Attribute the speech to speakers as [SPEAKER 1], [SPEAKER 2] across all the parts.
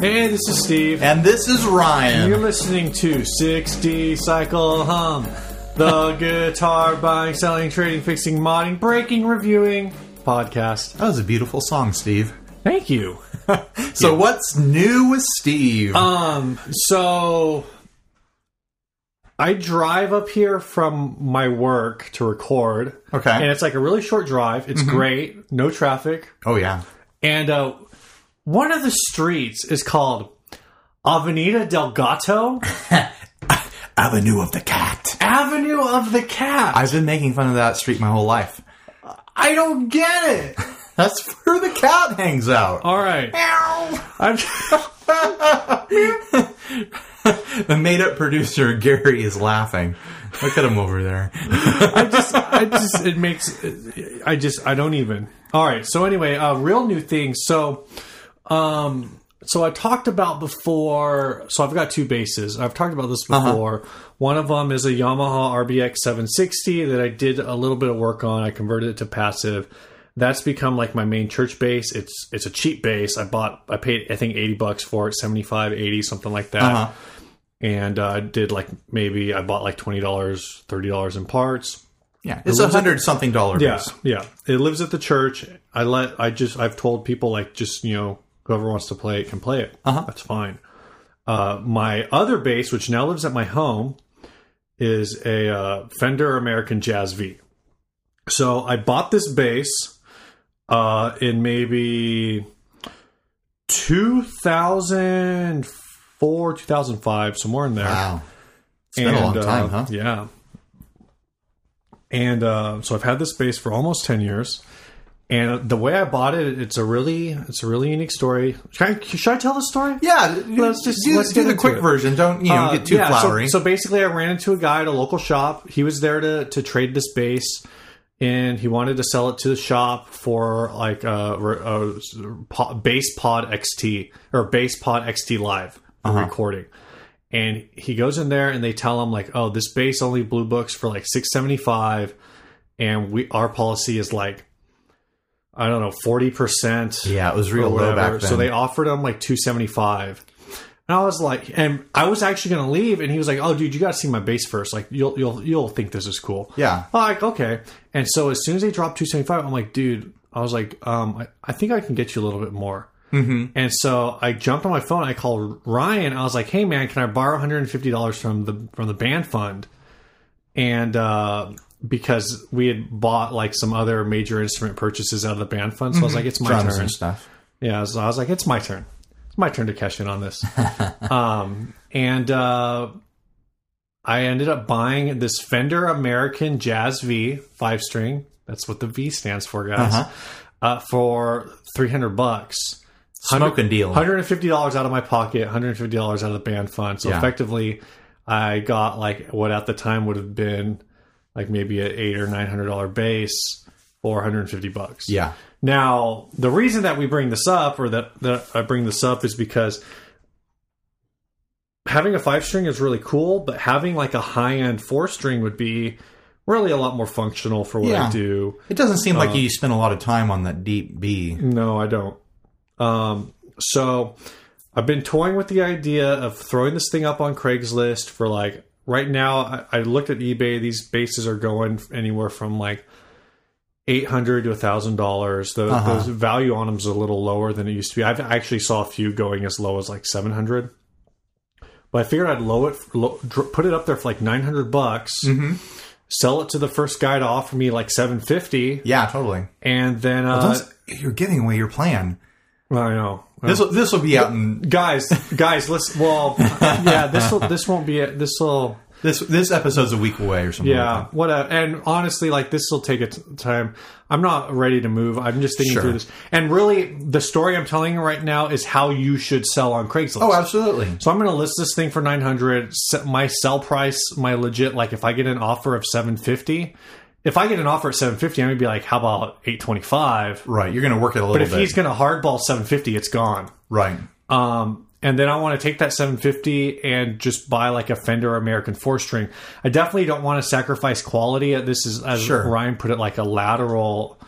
[SPEAKER 1] Hey, this is Steve.
[SPEAKER 2] And this is Ryan.
[SPEAKER 1] You're listening to 60 Cycle Hum, the guitar buying, selling, trading, fixing, modding, breaking, reviewing podcast.
[SPEAKER 2] That was a beautiful song, Steve.
[SPEAKER 1] Thank you.
[SPEAKER 2] So, what's new with Steve?
[SPEAKER 1] Um, so I drive up here from my work to record.
[SPEAKER 2] Okay. Mm-hmm.
[SPEAKER 1] And it's like a really short drive. It's great, no traffic.
[SPEAKER 2] oh, yeah.
[SPEAKER 1] And uh, one of the streets is called Avenida del Gato,
[SPEAKER 2] Avenue of the Cat.
[SPEAKER 1] Avenue of the Cat.
[SPEAKER 2] I've been making fun of that street my whole life.
[SPEAKER 1] I don't get it.
[SPEAKER 2] That's where the cat hangs out.
[SPEAKER 1] All right. I'm,
[SPEAKER 2] The made up producer, Gary, is laughing. Look at him over there.
[SPEAKER 1] I just, I just, it makes, I just, I don't even. All right. So anyway, uh, real new things. So, um, so I talked about before. So I've got two bases. I've talked about this before. One of them is a Yamaha RBX 760 that I did a little bit of work on. I converted it to passive. That's become like my main church bass. It's it's a cheap bass. I bought I paid I think 80 bucks for it, 75, 80, something like that.
[SPEAKER 2] Uh-huh.
[SPEAKER 1] and uh, I did like maybe I bought like twenty dollars, thirty dollars in parts.
[SPEAKER 2] Yeah, it's a hundred something dollar
[SPEAKER 1] Yeah,
[SPEAKER 2] base.
[SPEAKER 1] yeah. It lives at the church. I let I just I've told people like just you know whoever wants to play it can play it.
[SPEAKER 2] Uh-huh.
[SPEAKER 1] That's fine. Uh, my other bass, which now lives at my home, is a uh, Fender American Jazz V. So I bought this bass uh, in maybe 2004, 2005, somewhere in there.
[SPEAKER 2] Wow. It's been a long time,
[SPEAKER 1] uh,
[SPEAKER 2] huh?
[SPEAKER 1] Yeah. And uh, so I've had this space for almost ten years, and the way I bought it, it's a really, it's a really unique story. Should I, should I tell the story?
[SPEAKER 2] Yeah,
[SPEAKER 1] Let's just-
[SPEAKER 2] do,
[SPEAKER 1] let's
[SPEAKER 2] do
[SPEAKER 1] get
[SPEAKER 2] the
[SPEAKER 1] into
[SPEAKER 2] quick
[SPEAKER 1] it.
[SPEAKER 2] version. Don't you know,
[SPEAKER 1] Uh,
[SPEAKER 2] get too
[SPEAKER 1] yeah, so-
[SPEAKER 2] flowery.
[SPEAKER 1] So, basically, I ran into a guy at a local shop. He was there to to trade this bass, and he wanted to sell it to the shop for like a, a, po- bass pod XT or bass pod XT live for
[SPEAKER 2] Uh-huh.
[SPEAKER 1] recording. And he goes in there, and they tell him like, "Oh, this bass only blue books for like six seventy five, and we our policy is like." I don't know, forty percent
[SPEAKER 2] yeah, it was
[SPEAKER 1] or
[SPEAKER 2] real low
[SPEAKER 1] whatever.
[SPEAKER 2] back then.
[SPEAKER 1] So they offered him like two seventy five. And I was like, and I was actually gonna leave, and he was like, "Oh, dude, you gotta see my bass first. Like, you'll you'll you'll think this is cool."
[SPEAKER 2] yeah,
[SPEAKER 1] I'm like, okay. And so as soon as they dropped two seventy five, I'm like, dude, I was like, um, I, I think I can get you a little bit more. Mm-hmm. And so I jumped on my phone. I called Ryan. I was like, hey man, can I borrow one hundred and fifty dollars from the from the band fund? and uh, because we had bought like some other major instrument purchases out of the band fund, so I was
[SPEAKER 2] Mm-hmm.
[SPEAKER 1] like, "It's my
[SPEAKER 2] drums
[SPEAKER 1] turn."
[SPEAKER 2] and stuff.
[SPEAKER 1] Yeah, so I was like, "It's my turn. It's my turn to cash in on this." um, and uh, I ended up buying this Fender American Jazz V five string. That's what the V stands for, guys. uh for three hundred bucks.
[SPEAKER 2] Smoke and deal.
[SPEAKER 1] Hundred and fifty dollars out of my pocket, hundred and fifty dollars out of the band fund. So
[SPEAKER 2] Yeah.
[SPEAKER 1] effectively, I got like what at the time would have been like maybe an eight or nine hundred dollar base for one hundred and fifty bucks.
[SPEAKER 2] Yeah,
[SPEAKER 1] Now, the reason that we bring this up, or that, that I bring this up, is because having a five string is really cool, but having like a high end four string would be really a lot more functional for what
[SPEAKER 2] Yeah.
[SPEAKER 1] I do.
[SPEAKER 2] it doesn't seem
[SPEAKER 1] Uh,
[SPEAKER 2] like you spent a lot of time on that deep B.
[SPEAKER 1] No, I don't. Um, so I've been toying with the idea of throwing this thing up on Craigslist for like right now. I, I looked at eBay; these bases are going anywhere from like eight hundred to thousand dollars. The
[SPEAKER 2] Uh-huh.
[SPEAKER 1] the value on them is a little lower than it used to be. I've I actually saw a few going as low as like seven hundred. But I figured I'd low it, low, dr- put it up there for like nine hundred bucks, sell it to the first guy to offer me like seven fifty,
[SPEAKER 2] Yeah, totally.
[SPEAKER 1] and then uh,
[SPEAKER 2] Plus, you're giving away your plan.
[SPEAKER 1] I know
[SPEAKER 2] This will this will be out in
[SPEAKER 1] guys, guys, let's. Well, yeah, this will this won't be it. This will,
[SPEAKER 2] this this episode's a week away or something.
[SPEAKER 1] yeah,
[SPEAKER 2] like
[SPEAKER 1] what? A, and honestly, like this will take a t- time. I'm not ready to move. I'm just thinking
[SPEAKER 2] Sure.
[SPEAKER 1] through this. And really, the story I'm telling you right now is how you should sell on Craigslist.
[SPEAKER 2] that. Oh, absolutely.
[SPEAKER 1] so I'm going to list this thing for 900. Set my sell price, my legit. Like, if I get an offer of 750, if I get an offer at 750, I'm going to be like, how about 825?
[SPEAKER 2] Right, you're going to work it a little
[SPEAKER 1] But if
[SPEAKER 2] bit.
[SPEAKER 1] he's going to hardball 750, it's gone.
[SPEAKER 2] right.
[SPEAKER 1] Um, and then I want to take that 750 and just buy like a Fender American four string. I definitely don't want to sacrifice quality. This is as
[SPEAKER 2] Sure.
[SPEAKER 1] Ryan put it, like a lateral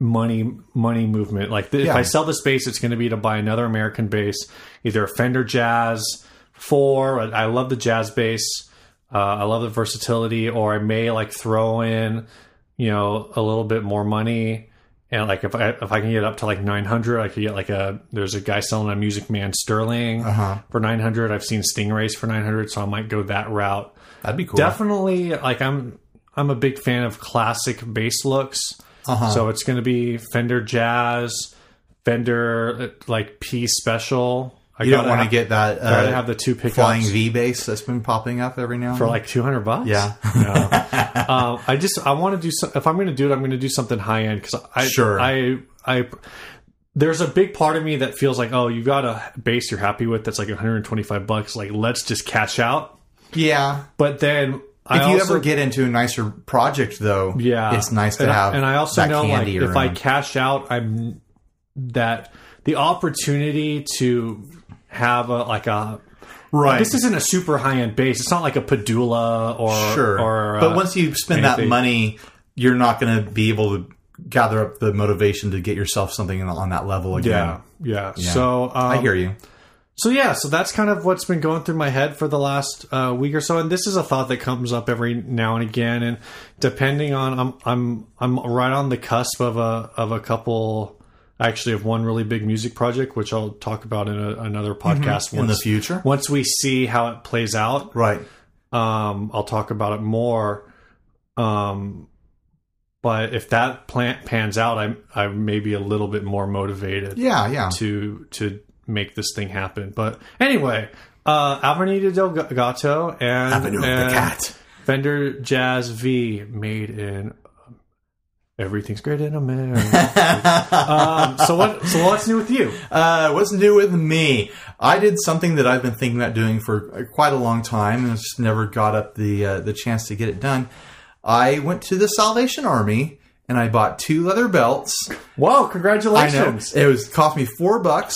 [SPEAKER 1] money money movement. Like the, if
[SPEAKER 2] Yeah.
[SPEAKER 1] I sell this base, it's going to be to buy another American base, either a Fender Jazz Four. I I love the Jazz bass. Uh, I love the versatility, or I may like throw in, you know, a little bit more money. And like if I if I can get up to like nine hundred, I could get like a there's a guy selling a Music Man Sterling
[SPEAKER 2] Uh-huh.
[SPEAKER 1] for nine hundred. I've seen Stingrays for nine hundred, so I might go that route
[SPEAKER 2] That'd be cool.
[SPEAKER 1] definitely like i'm i'm a big fan of classic bass looks
[SPEAKER 2] Uh-huh.
[SPEAKER 1] so it's going to be fender jazz fender uh, like p special i
[SPEAKER 2] you don't
[SPEAKER 1] gotta
[SPEAKER 2] want to
[SPEAKER 1] have-
[SPEAKER 2] get that
[SPEAKER 1] I gotta
[SPEAKER 2] uh,
[SPEAKER 1] have the two pickups
[SPEAKER 2] flying V bass that's been popping up every now and
[SPEAKER 1] for
[SPEAKER 2] then.
[SPEAKER 1] like 200 bucks
[SPEAKER 2] Yeah.
[SPEAKER 1] no. um, i just i want to do so, if i'm going to do it i'm going to do something high end because i
[SPEAKER 2] Sure.
[SPEAKER 1] i i there's a big part of me that feels like oh you got a base you're happy with that's like 125 bucks like let's just cash out
[SPEAKER 2] Yeah.
[SPEAKER 1] but then
[SPEAKER 2] If
[SPEAKER 1] I
[SPEAKER 2] you
[SPEAKER 1] also
[SPEAKER 2] ever get into a nicer project, though,
[SPEAKER 1] Yeah,
[SPEAKER 2] it's nice to
[SPEAKER 1] and
[SPEAKER 2] have.
[SPEAKER 1] I, and I also
[SPEAKER 2] that
[SPEAKER 1] know like
[SPEAKER 2] candy
[SPEAKER 1] if I
[SPEAKER 2] around.
[SPEAKER 1] cash out, I'm that the opportunity to have a like a
[SPEAKER 2] right,
[SPEAKER 1] this isn't a super high end base. It's not like a Padula or
[SPEAKER 2] sure.
[SPEAKER 1] or uh,
[SPEAKER 2] but once you spend
[SPEAKER 1] anything.
[SPEAKER 2] that money, you're not going to be able to gather up the motivation to get yourself something on that level again.
[SPEAKER 1] yeah, yeah so um,
[SPEAKER 2] I hear you.
[SPEAKER 1] so yeah so that's kind of what's been going through my head for the last uh, week or so and this is a thought that comes up every now and again and depending on I'm I'm I'm right on the cusp of a of a couple actually of one really big music project which I'll talk about in a, another podcast
[SPEAKER 2] Mm-hmm. In the
[SPEAKER 1] once-
[SPEAKER 2] future,
[SPEAKER 1] once we see how it plays out
[SPEAKER 2] right?
[SPEAKER 1] um i'll talk about it more um but if that plant pans out i i may be a little bit more motivated
[SPEAKER 2] Yeah, yeah.
[SPEAKER 1] to to make this thing happen but anyway uh Avernita del Gato and,
[SPEAKER 2] Avenue of the
[SPEAKER 1] and
[SPEAKER 2] cat.
[SPEAKER 1] Fender Jazz V made in um, Everything's Great in America. um, so what so what's new with you?
[SPEAKER 2] Uh, what's new with me? I did something that I've been thinking about doing for uh, quite a long time, and just never got up the uh, the chance to get it done. I went to the Salvation Army and I bought two leather belts.
[SPEAKER 1] Whoa,
[SPEAKER 2] I know.
[SPEAKER 1] congratulations.
[SPEAKER 2] It was cost me four bucks,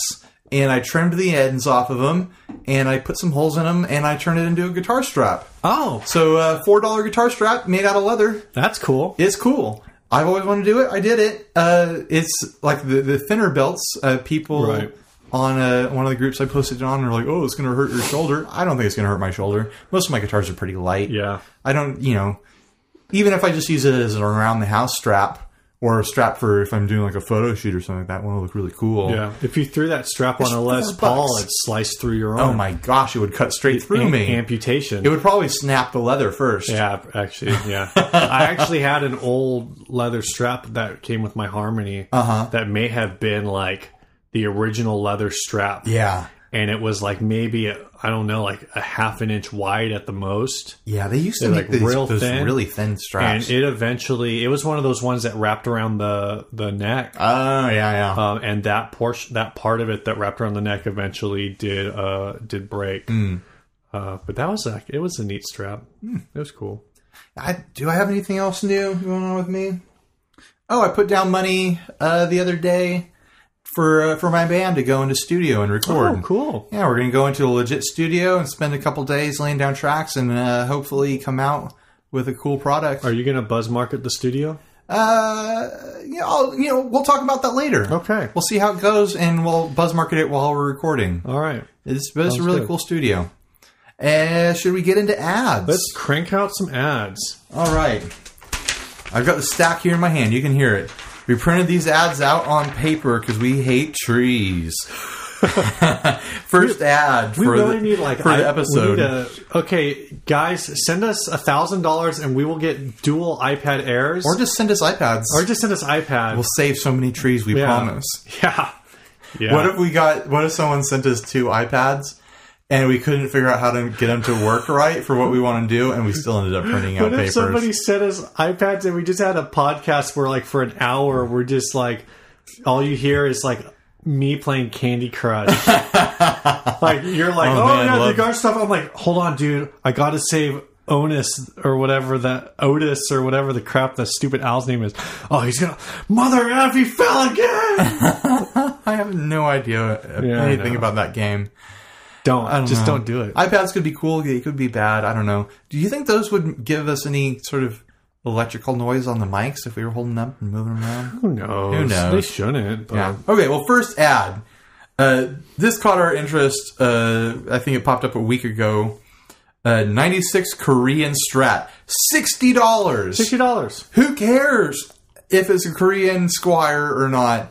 [SPEAKER 2] and I trimmed the ends off of them, and I put some holes in them, and I turned it into a guitar strap.
[SPEAKER 1] Oh,
[SPEAKER 2] So uh, four dollar guitar strap made out of leather.
[SPEAKER 1] that's cool.
[SPEAKER 2] It's cool. I've always wanted to do it. I did it. Uh, it's like the, the thinner belts. Uh, people
[SPEAKER 1] Right.
[SPEAKER 2] on uh, one of the groups I posted it on are like, "Oh, it's going to hurt your shoulder." I don't think it's going to hurt my shoulder. Most of my guitars are pretty light.
[SPEAKER 1] Yeah.
[SPEAKER 2] I don't, you know, even if I just use it as an around the house strap or a strap for if I'm doing like a photo shoot or something like that, want to look really cool.
[SPEAKER 1] Yeah, if you threw that strap on a
[SPEAKER 2] four
[SPEAKER 1] Les Paul,
[SPEAKER 2] bucks.
[SPEAKER 1] it'd slice through your
[SPEAKER 2] Oh
[SPEAKER 1] arm.
[SPEAKER 2] my gosh, it would cut straight through
[SPEAKER 1] Am-
[SPEAKER 2] me.
[SPEAKER 1] amputation.
[SPEAKER 2] it would probably snap the leather first.
[SPEAKER 1] yeah, actually, yeah. I actually had an old leather strap that came with my Harmony that may have been like the original leather strap,
[SPEAKER 2] Yeah.
[SPEAKER 1] and it was like maybe I I don't know, like a half an inch wide at the most.
[SPEAKER 2] Yeah, they used to
[SPEAKER 1] They're,
[SPEAKER 2] make
[SPEAKER 1] like,
[SPEAKER 2] these,
[SPEAKER 1] real
[SPEAKER 2] those
[SPEAKER 1] thin.
[SPEAKER 2] really thin straps.
[SPEAKER 1] And it eventually, it was one of those ones that wrapped around the the neck,
[SPEAKER 2] oh, yeah, yeah.
[SPEAKER 1] um, and that portion, that part of it that wrapped around the neck, eventually did uh did break. Uh, but that was a it was a neat strap. It was cool.
[SPEAKER 2] I do I have anything else new going on with me? Oh, I put down money uh, the other day for uh, for my band to go into studio and record.
[SPEAKER 1] Oh, cool.
[SPEAKER 2] Yeah, we're gonna go into a legit studio and spend a couple days laying down tracks and uh, hopefully come out with a cool product.
[SPEAKER 1] Are you gonna buzz market the studio?
[SPEAKER 2] Uh, you know, I'll- you know, we'll talk about that later.
[SPEAKER 1] Okay.
[SPEAKER 2] We'll see how it goes, and we'll buzz market it while we're recording.
[SPEAKER 1] All right.
[SPEAKER 2] It's, but it's a really
[SPEAKER 1] Oh, good.
[SPEAKER 2] cool studio. Uh, should we get into ads?
[SPEAKER 1] Let's crank out some ads.
[SPEAKER 2] All right. I've got the stack here in my hand. You can hear it. We printed these ads out on paper because we hate trees. First ad.
[SPEAKER 1] We
[SPEAKER 2] for
[SPEAKER 1] really
[SPEAKER 2] the,
[SPEAKER 1] need like
[SPEAKER 2] for
[SPEAKER 1] I- we
[SPEAKER 2] the episode.
[SPEAKER 1] need a- okay, guys, send us a thousand dollars and we will get dual iPad Airs,
[SPEAKER 2] or just send us iPads.
[SPEAKER 1] Or just send us iPads.
[SPEAKER 2] we'll save so many trees. We
[SPEAKER 1] Yeah.
[SPEAKER 2] promise.
[SPEAKER 1] yeah. Yeah.
[SPEAKER 2] What if we got? What if someone sent us two iPads? And we couldn't figure out how to get them to work right for what we want to do, and we still ended up printing out
[SPEAKER 1] What if
[SPEAKER 2] papers.
[SPEAKER 1] somebody sent us iPads and we just had a podcast where, like, for an hour, we're just like, all you hear is like me playing Candy Crush. like, you're like, oh,
[SPEAKER 2] Oh, man,
[SPEAKER 1] yeah,
[SPEAKER 2] love-
[SPEAKER 1] the guard stuff. I'm like, hold on, dude, I gotta save Onus or whatever that Otis or whatever the crap the stupid owl's name is. Oh, he's gonna mother f he fell again.
[SPEAKER 2] I have no idea uh,
[SPEAKER 1] Yeah, I
[SPEAKER 2] anything
[SPEAKER 1] know.
[SPEAKER 2] about that game.
[SPEAKER 1] don't, just
[SPEAKER 2] know.
[SPEAKER 1] don't do it.
[SPEAKER 2] iPads could be cool. They could be bad. I don't know. Do you think those would give us any sort of electrical noise on the mics if we were holding them up and moving them around?
[SPEAKER 1] Who knows?
[SPEAKER 2] Who knows?
[SPEAKER 1] They shouldn't. But
[SPEAKER 2] Yeah. Okay. Well, first ad. Uh, this caught our interest. Uh, I think it popped up a week ago. Uh, 96 Korean Strat. $60.
[SPEAKER 1] Sixty dollars.
[SPEAKER 2] Who cares if it's a Korean Squire or not?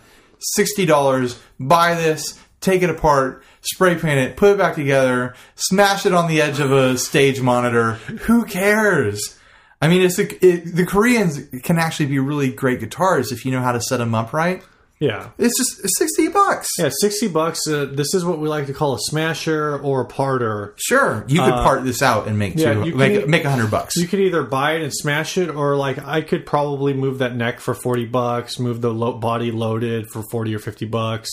[SPEAKER 2] $60. Buy this, take it apart, spray paint it, put it back together, smash it on the edge of a stage monitor. Who cares? I mean, it's a, it, the Koreans can actually be really great guitars if you know how to set them up right.
[SPEAKER 1] Yeah.
[SPEAKER 2] It's just it's sixty bucks.
[SPEAKER 1] Yeah, sixty bucks. Uh, this is what we like to call a smasher or a parter.
[SPEAKER 2] Sure, you could part this out and make two,
[SPEAKER 1] Uh, yeah, you
[SPEAKER 2] make
[SPEAKER 1] can-
[SPEAKER 2] make a hundred bucks.
[SPEAKER 1] You could either buy it and smash it, or like I could probably move that neck for forty bucks, move the lo- body loaded for forty or fifty bucks,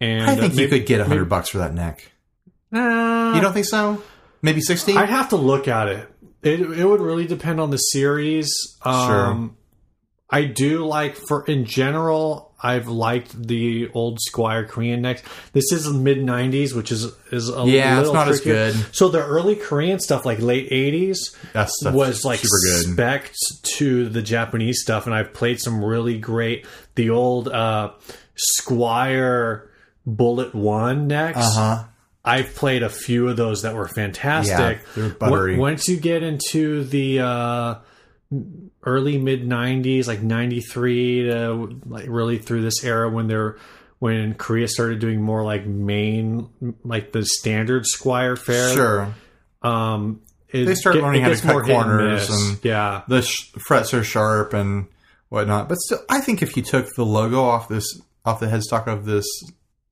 [SPEAKER 1] and
[SPEAKER 2] I think
[SPEAKER 1] uh,
[SPEAKER 2] you
[SPEAKER 1] maybe-
[SPEAKER 2] could get a hundred bucks for that neck.
[SPEAKER 1] Uh,
[SPEAKER 2] You don't think so? Maybe sixty.
[SPEAKER 1] I'd have to look at it. It it would really depend on the series. Um, I do like for in general. I've liked the old Squire Korean necks. This is mid '90s, which is is a
[SPEAKER 2] Yeah, it's
[SPEAKER 1] little
[SPEAKER 2] not as
[SPEAKER 1] trickier.
[SPEAKER 2] good.
[SPEAKER 1] So the early Korean stuff, like late '80s,
[SPEAKER 2] That stuff's
[SPEAKER 1] was like
[SPEAKER 2] super good.
[SPEAKER 1] spec to the Japanese stuff, and I've played some really great the old uh, Squire Bullet One necks.
[SPEAKER 2] Uh-huh.
[SPEAKER 1] I've played a few of those that were fantastic.
[SPEAKER 2] Yeah, they're buttery.
[SPEAKER 1] Wo- Once you get into the uh, early mid '90s, like '93 to like really through this era when they're when Korea started doing more like main like the standard Squire fare.
[SPEAKER 2] Sure.
[SPEAKER 1] Um, it
[SPEAKER 2] They started
[SPEAKER 1] get-
[SPEAKER 2] learning
[SPEAKER 1] it
[SPEAKER 2] how to
[SPEAKER 1] gets
[SPEAKER 2] cut
[SPEAKER 1] more hit
[SPEAKER 2] corners
[SPEAKER 1] miss.
[SPEAKER 2] and-
[SPEAKER 1] yeah,
[SPEAKER 2] The sh- frets are sharp and whatnot, but still, I think if you took the logo off this off the headstock of this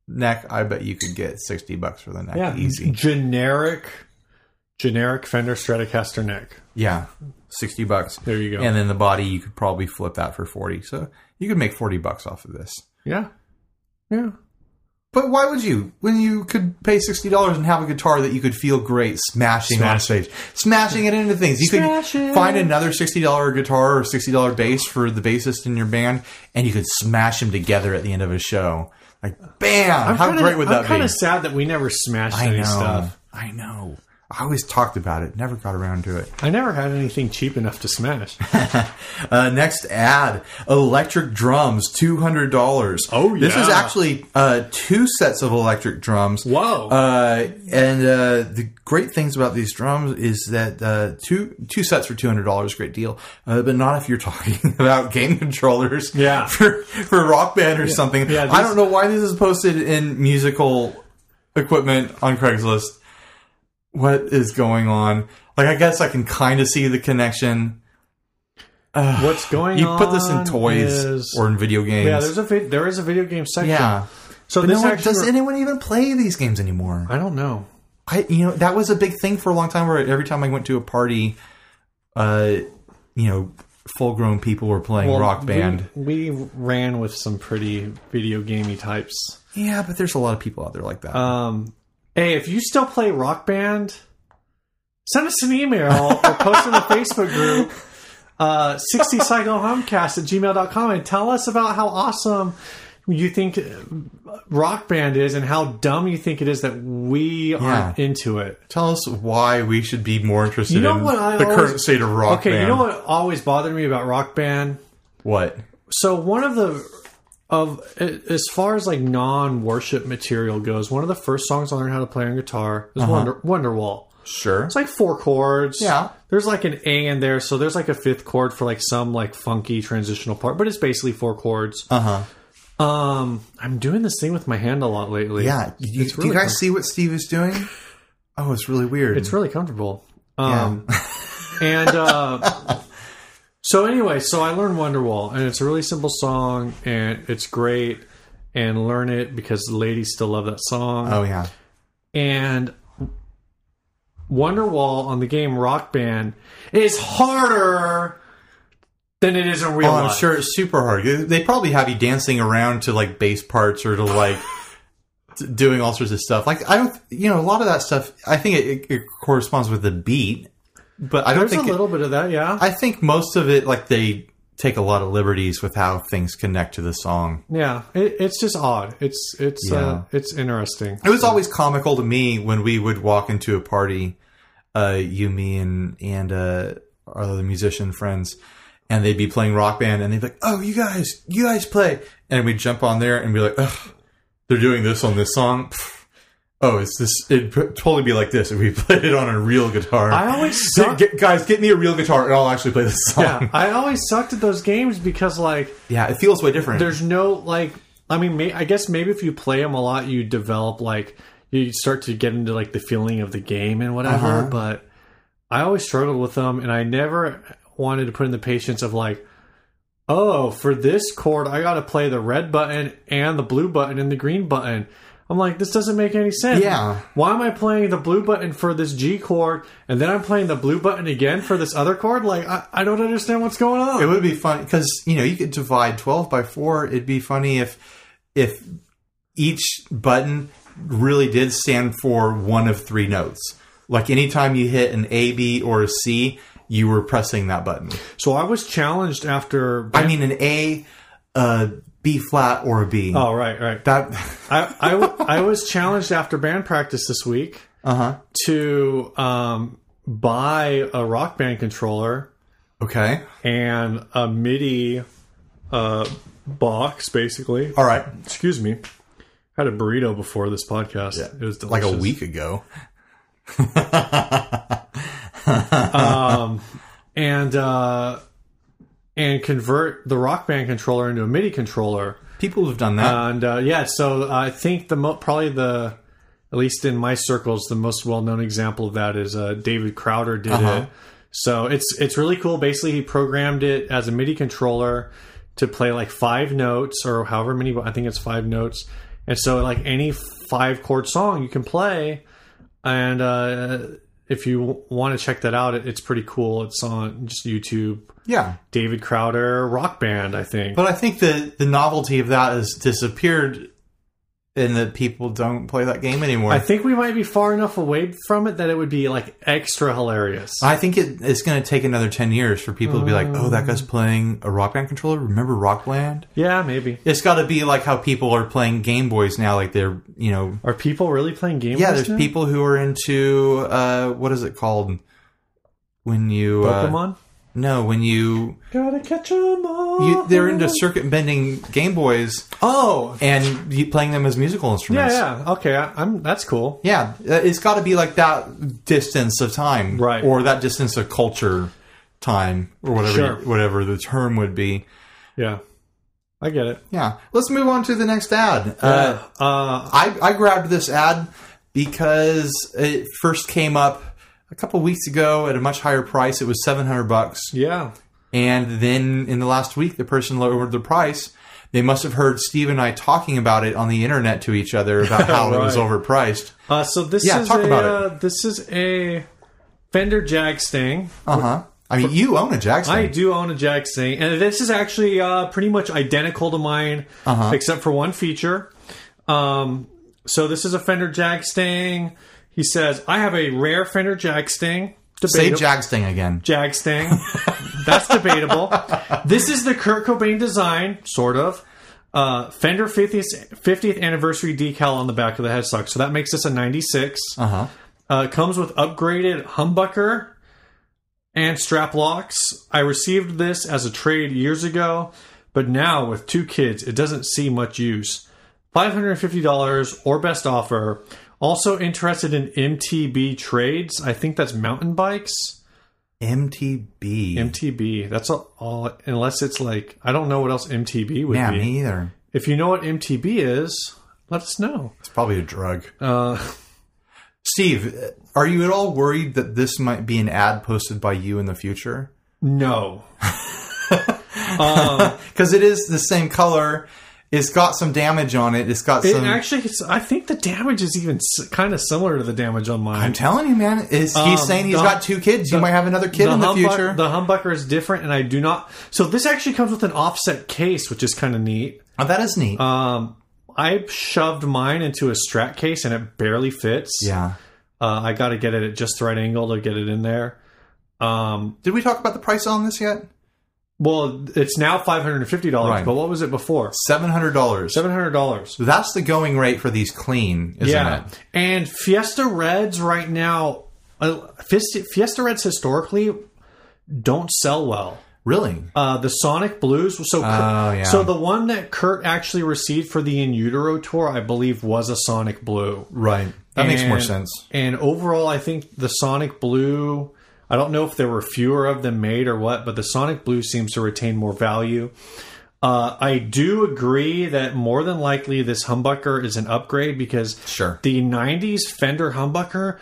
[SPEAKER 2] neck, I bet you could get sixty bucks for the neck.
[SPEAKER 1] yeah,
[SPEAKER 2] Easy.
[SPEAKER 1] generic, generic Fender Stratocaster neck.
[SPEAKER 2] Yeah, sixty bucks.
[SPEAKER 1] There you go.
[SPEAKER 2] And then the body, you could probably flip that for forty. So you could make forty bucks off of this.
[SPEAKER 1] yeah, yeah.
[SPEAKER 2] But why would you when you could pay sixty dollars and have a guitar that you could feel great smashing on stage, smashing it into things? You
[SPEAKER 1] Smash
[SPEAKER 2] could
[SPEAKER 1] it.
[SPEAKER 2] find another sixty dollar guitar or sixty dollar bass for the bassist in your band, and you could smash them together at the end of a show. Like bam! How
[SPEAKER 1] kinda-
[SPEAKER 2] great would
[SPEAKER 1] I'm
[SPEAKER 2] that
[SPEAKER 1] kind
[SPEAKER 2] be?
[SPEAKER 1] of sad that we never smashed
[SPEAKER 2] I
[SPEAKER 1] any
[SPEAKER 2] know.
[SPEAKER 1] stuff.
[SPEAKER 2] I know. I always talked about it. Never got around to it.
[SPEAKER 1] I never had anything cheap enough to smash.
[SPEAKER 2] Uh, next ad: electric drums, two hundred dollars.
[SPEAKER 1] Oh,
[SPEAKER 2] This is
[SPEAKER 1] yeah.
[SPEAKER 2] actually uh, two sets of electric drums.
[SPEAKER 1] Whoa.
[SPEAKER 2] Uh, and uh, the great things about these drums is that uh, two two sets for two hundred dollars, great deal. Uh, but not if you're talking about game controllers.
[SPEAKER 1] Yeah.
[SPEAKER 2] For for rock band or something.
[SPEAKER 1] Yeah,
[SPEAKER 2] I
[SPEAKER 1] these-
[SPEAKER 2] don't know why this is posted in musical equipment on Craigslist. What is going on? Like, I guess I can kind of see the connection.
[SPEAKER 1] What's going
[SPEAKER 2] You
[SPEAKER 1] on?
[SPEAKER 2] put this in toys
[SPEAKER 1] is-
[SPEAKER 2] or in video games.
[SPEAKER 1] yeah, there's a vid- there is a video game section.
[SPEAKER 2] Yeah.
[SPEAKER 1] So
[SPEAKER 2] But
[SPEAKER 1] this
[SPEAKER 2] no one,
[SPEAKER 1] actually,
[SPEAKER 2] does anyone even play these games anymore?
[SPEAKER 1] I don't know.
[SPEAKER 2] I, you know, that was a big thing for a long time. Where every time I went to a party, uh, you know, full-grown people were playing
[SPEAKER 1] Well,
[SPEAKER 2] Rock Band.
[SPEAKER 1] We, we ran with some pretty video gamey types.
[SPEAKER 2] yeah, but there's a lot of people out there like that.
[SPEAKER 1] Um, hey, if you still play Rock Band, send us an email or post in the Facebook group. Uh, 60 cycle homecast at gmail.com and tell us about how awesome you think rock band is and how dumb you think it is that we aren't into it.
[SPEAKER 2] Tell us why we should be more interested
[SPEAKER 1] You know
[SPEAKER 2] in
[SPEAKER 1] what I
[SPEAKER 2] the
[SPEAKER 1] always-
[SPEAKER 2] current state of Rock
[SPEAKER 1] Okay,
[SPEAKER 2] Band.
[SPEAKER 1] you know what always bothered me about rock band?
[SPEAKER 2] What?
[SPEAKER 1] so one of the of as far as like non-worship material goes one of the first songs i learned how to play on guitar
[SPEAKER 2] Uh-huh.
[SPEAKER 1] is wonder wonderwall
[SPEAKER 2] Sure.
[SPEAKER 1] it's like four chords
[SPEAKER 2] Yeah.
[SPEAKER 1] there's like an a in there so there's like a fifth chord for like some like funky transitional part but it's basically four chords
[SPEAKER 2] Uh huh.
[SPEAKER 1] um i'm doing this thing with my hand a lot lately
[SPEAKER 2] Yeah. You,
[SPEAKER 1] It's
[SPEAKER 2] do you
[SPEAKER 1] really
[SPEAKER 2] guys
[SPEAKER 1] com-
[SPEAKER 2] see what Steve is doing? Oh, it's really weird.
[SPEAKER 1] it's really comfortable um and uh so anyway so i learned wonderwall and it's a really simple song and it's great and learn it because the ladies still love that song
[SPEAKER 2] oh yeah.
[SPEAKER 1] and wonderwall on the game rock band is harder than it is in real
[SPEAKER 2] Oh, I'm
[SPEAKER 1] life
[SPEAKER 2] sure it's super hard. They probably have you dancing around to like bass parts or to like t- doing all sorts of stuff. Like I don't, you know, a lot of that stuff. I think it, it, it corresponds with the beat, but I don't
[SPEAKER 1] there's a
[SPEAKER 2] think. it-
[SPEAKER 1] little bit of that yeah
[SPEAKER 2] I think most of it, like they take a lot of liberties with how things connect to the song.
[SPEAKER 1] yeah it, it's just odd it's it's
[SPEAKER 2] Yeah.
[SPEAKER 1] uh it's interesting
[SPEAKER 2] It was always comical to me when we would walk into a party, uh, you, me, and and uh, our other musician friends, and they'd be playing rock band and they'd be like, Oh, you guys, you guys play. And we'd jump on there and be like, Ugh, they're doing this on this song. Pfft. Oh, it's this. It'd pr- totally be like this if we played it on a real guitar.
[SPEAKER 1] I always
[SPEAKER 2] Get-
[SPEAKER 1] suck.
[SPEAKER 2] get- guys, get me a real guitar and I'll actually play this song.
[SPEAKER 1] Yeah, I always sucked at those games because like
[SPEAKER 2] Yeah, it feels way different.
[SPEAKER 1] there's no like i mean may, i guess maybe if you play them a lot you develop like you start to get into like the feeling of the game and whatever
[SPEAKER 2] Uh-huh.
[SPEAKER 1] but i always struggled with them and i never wanted to put in the patience of like oh for this chord i gotta play the red button and the blue button and the green button i'm like this doesn't make any sense
[SPEAKER 2] Yeah.
[SPEAKER 1] why am i playing the blue button for this g chord and then i'm playing the blue button again for this other chord like i, I don't understand what's going on
[SPEAKER 2] It would be fun because you know you could divide twelve by four. It'd be funny if if each button really did stand for one of three notes. Like anytime you hit an A, B, or a C, you were pressing that button.
[SPEAKER 1] so i was challenged after
[SPEAKER 2] I mean, an A, a B flat, or a B.
[SPEAKER 1] Oh right, right.
[SPEAKER 2] That
[SPEAKER 1] I, I, I was challenged after band practice this week
[SPEAKER 2] uh huh.
[SPEAKER 1] to um, buy a rock band controller
[SPEAKER 2] Okay.
[SPEAKER 1] and a MIDI uh, box, basically.
[SPEAKER 2] All right.
[SPEAKER 1] Excuse me. I had a burrito before this podcast. It was
[SPEAKER 2] Like
[SPEAKER 1] delicious.
[SPEAKER 2] a week ago.
[SPEAKER 1] and uh, and convert the rock band controller into a MIDI controller.
[SPEAKER 2] People have done that.
[SPEAKER 1] And uh, yeah, so I think the mo- probably the at least in my circles the most well known example of that is uh, David Crowder did
[SPEAKER 2] Uh-huh.
[SPEAKER 1] it. So it's it's really cool. Basically, he programmed it as a MIDI controller to play like five notes or however many. I think it's five notes. And so like any five chord song you can play. And uh, if you w- want to check that out, it, it's pretty cool. It's on just YouTube.
[SPEAKER 2] yeah.
[SPEAKER 1] David Crowder Rock Band, I think.
[SPEAKER 2] But I think the the novelty of that has disappeared, and that people don't play that game anymore.
[SPEAKER 1] I think we might be far enough away from it that it would be like extra hilarious.
[SPEAKER 2] I think it, it's going to take another 10 years for people to be like, oh, that
[SPEAKER 1] Mm.
[SPEAKER 2] guy's playing a Rock Band controller. Remember Rock Band?
[SPEAKER 1] yeah, maybe.
[SPEAKER 2] It's got to be like how people are playing Game Boys now. Like they're, you know.
[SPEAKER 1] Are people really playing Game
[SPEAKER 2] Yeah,
[SPEAKER 1] Boys
[SPEAKER 2] there's
[SPEAKER 1] now?
[SPEAKER 2] people who are into, uh, what is it called? When you. uh,
[SPEAKER 1] Pokemon?
[SPEAKER 2] no, when you,
[SPEAKER 1] Gotta catch 'em all.
[SPEAKER 2] you. They're into circuit bending Game Boys
[SPEAKER 1] Oh!
[SPEAKER 2] and you playing them as musical
[SPEAKER 1] Yeah,
[SPEAKER 2] instruments.
[SPEAKER 1] yeah. Okay, I, I'm, that's cool.
[SPEAKER 2] Yeah, uh, it's got to be like that distance of time,
[SPEAKER 1] Right.
[SPEAKER 2] Or that distance of culture, time, or whatever,
[SPEAKER 1] Sure.
[SPEAKER 2] whatever the term would be.
[SPEAKER 1] Yeah. I get it.
[SPEAKER 2] Yeah, let's move on to the next ad. Uh,
[SPEAKER 1] Uh,
[SPEAKER 2] I I grabbed this ad because it first came up a couple weeks ago at a much higher price. It was seven hundred bucks,
[SPEAKER 1] yeah.
[SPEAKER 2] and then in the last week, the person lowered the price. They must have heard Steve and I talking about it on the internet to each other about how it was
[SPEAKER 1] Right.
[SPEAKER 2] overpriced.
[SPEAKER 1] Uh, so this
[SPEAKER 2] Yeah,
[SPEAKER 1] is
[SPEAKER 2] talk
[SPEAKER 1] a,
[SPEAKER 2] about it.
[SPEAKER 1] uh, this is a Fender Jag Sting.
[SPEAKER 2] Uh huh. I mean, you own a Jackson.
[SPEAKER 1] I do own a Jag Sting, and this is actually uh, pretty much identical to mine,
[SPEAKER 2] Uh-huh.
[SPEAKER 1] except for one feature. Um, so this is a Fender Jag Sting. He says, "I have a rare Fender Jag Sting."
[SPEAKER 2] Say
[SPEAKER 1] Debatable-
[SPEAKER 2] Jag Sting again.
[SPEAKER 1] Jag Sting. That's debatable. this is the Kurt Cobain design, sort of. Uh, Fender 50th, 50th anniversary decal on the back of the headstock. So that makes this a 96.
[SPEAKER 2] Uh-huh.
[SPEAKER 1] Uh, it comes with upgraded humbucker and strap locks. I received this as a trade years ago, but now with two kids, it doesn't see much use. $550 or best offer. Also interested in MTB trades. I think that's mountain bikes.
[SPEAKER 2] MTB.
[SPEAKER 1] MTB. That's all, all. Unless it's like I don't know what else MTB would
[SPEAKER 2] yeah,
[SPEAKER 1] be.
[SPEAKER 2] me either.
[SPEAKER 1] If you know what MTB is, let us know.
[SPEAKER 2] It's probably a drug.
[SPEAKER 1] Uh,
[SPEAKER 2] Steve, are you at all worried that this might be an ad posted by you in the future?
[SPEAKER 1] no. Um,
[SPEAKER 2] Because it is the same color. It's got some damage on it. It's got
[SPEAKER 1] It
[SPEAKER 2] some.
[SPEAKER 1] actually, it's, I think the damage is even s- kind of similar to the damage on
[SPEAKER 2] I'm
[SPEAKER 1] mine.
[SPEAKER 2] telling you, man. Is he's saying he's
[SPEAKER 1] Um, the-
[SPEAKER 2] got two kids? You might have another kid in the
[SPEAKER 1] humbuck-
[SPEAKER 2] future.
[SPEAKER 1] the humbucker is different, and I do not. So this actually comes with an offset case, which is kind of neat.
[SPEAKER 2] oh, that is neat.
[SPEAKER 1] Um, I shoved mine into a Strat case, and it barely fits.
[SPEAKER 2] yeah.
[SPEAKER 1] Uh, I got to get it at just the right angle to get it in there. Um,
[SPEAKER 2] Did we talk about the price on this yet?
[SPEAKER 1] Well, it's now five hundred and fifty dollars,
[SPEAKER 2] Right.
[SPEAKER 1] but what was it before?
[SPEAKER 2] Seven hundred dollars.
[SPEAKER 1] Seven hundred dollars.
[SPEAKER 2] That's the going rate for these clean, isn't
[SPEAKER 1] Yeah,
[SPEAKER 2] it?
[SPEAKER 1] and Fiesta Reds right now, uh, Fiesta, Fiesta Reds historically don't sell well.
[SPEAKER 2] Really?
[SPEAKER 1] Uh, the Sonic Blues. So, Kurt-
[SPEAKER 2] Oh, yeah.
[SPEAKER 1] so the one that Kurt actually received for the In Utero tour, I believe, was a Sonic Blue.
[SPEAKER 2] Right. That makes more
[SPEAKER 1] And-
[SPEAKER 2] sense.
[SPEAKER 1] And overall, I think the Sonic Blue. I don't know if there were fewer of them made or what, but the Sonic Blue seems to retain more value. Uh, I do agree that more than likely this humbucker is an upgrade because
[SPEAKER 2] Sure.
[SPEAKER 1] the '90s Fender humbucker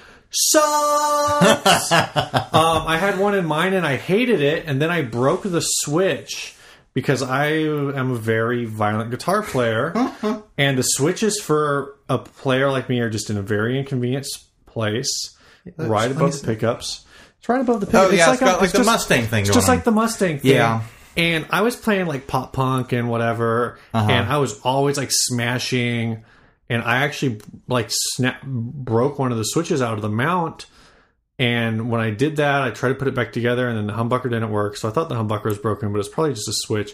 [SPEAKER 1] sucks. um, I had one in mine and I hated it, and then I broke the switch because I am a very violent guitar player, and the switches for a player like me are just in a very inconvenient s- place, right above the pickups. It's right above the pickups.
[SPEAKER 2] Oh, yeah, it's got like the Mustang thing
[SPEAKER 1] It's
[SPEAKER 2] going
[SPEAKER 1] just
[SPEAKER 2] on.
[SPEAKER 1] like the Mustang thing.
[SPEAKER 2] Yeah.
[SPEAKER 1] And I was playing like pop punk and whatever,
[SPEAKER 2] Uh-huh.
[SPEAKER 1] and I was always like smashing. And I actually like snap broke one of the switches out of the mount. And when I did that, I tried to put it back together, and then the humbucker didn't work. So I thought the humbucker was broken, but it's probably just a switch.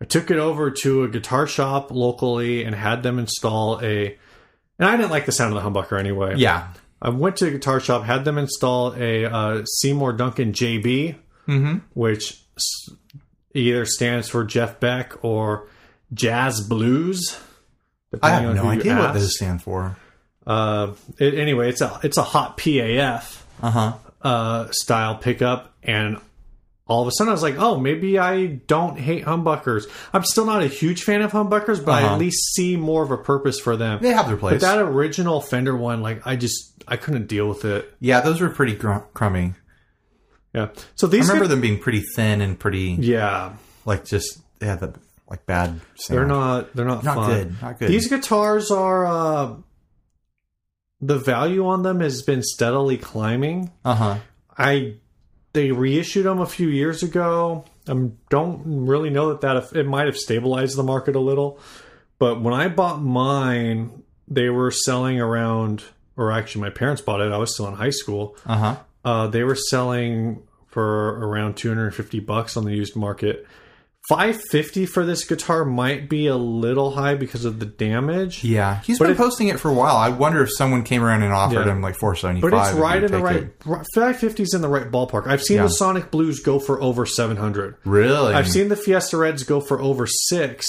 [SPEAKER 1] I took it over to a guitar shop locally and had them install a. And I didn't like the sound of the humbucker anyway.
[SPEAKER 2] Yeah.
[SPEAKER 1] I went to a guitar shop, had them install a uh, Seymour Duncan JB,
[SPEAKER 2] Mm-hmm.
[SPEAKER 1] which s- either stands for Jeff Beck or Jazz Blues.
[SPEAKER 2] I have
[SPEAKER 1] depending on
[SPEAKER 2] no
[SPEAKER 1] who you
[SPEAKER 2] idea what
[SPEAKER 1] ask.
[SPEAKER 2] those stand for.
[SPEAKER 1] Uh, it, anyway, it's a it's a hot PAF
[SPEAKER 2] Uh huh.
[SPEAKER 1] uh, style pickup, and all of a sudden I was like, oh, maybe I don't hate humbuckers. I'm still not a huge fan of humbuckers, but I
[SPEAKER 2] Uh-huh.
[SPEAKER 1] at least see more of a purpose for them.
[SPEAKER 2] They have their
[SPEAKER 1] But
[SPEAKER 2] place.
[SPEAKER 1] that original Fender one, like I just I couldn't deal with it.
[SPEAKER 2] yeah, those were pretty gr- crummy.
[SPEAKER 1] Yeah. So
[SPEAKER 2] I
[SPEAKER 1] these
[SPEAKER 2] remember
[SPEAKER 1] could-
[SPEAKER 2] them being pretty thin and pretty
[SPEAKER 1] yeah,
[SPEAKER 2] like just they had the like bad. Sound.
[SPEAKER 1] they're not they're not
[SPEAKER 2] Not
[SPEAKER 1] fun.
[SPEAKER 2] good, not good.
[SPEAKER 1] These guitars are uh the value on them has been steadily climbing.
[SPEAKER 2] Uh huh.
[SPEAKER 1] I they reissued them a few years ago. I don't really know that that it might have stabilized the market a little, but when I bought mine, they were selling around or actually my parents bought it. I was still in high school.
[SPEAKER 2] Uh huh.
[SPEAKER 1] Uh, they were selling for around 250 bucks on the used market. 550 for this guitar might be a little high because of the damage.
[SPEAKER 2] Yeah, he's
[SPEAKER 1] But
[SPEAKER 2] been
[SPEAKER 1] it-
[SPEAKER 2] posting it for a while. I wonder if someone came around and offered
[SPEAKER 1] Yeah.
[SPEAKER 2] him like four seventy five.
[SPEAKER 1] But it's right in the right. right- 550 is in the right ballpark. I've seen
[SPEAKER 2] Yeah. Mm.
[SPEAKER 1] the Sonic Blues go for over 700.
[SPEAKER 2] Really?
[SPEAKER 1] I've seen the Fiesta Reds go for over six.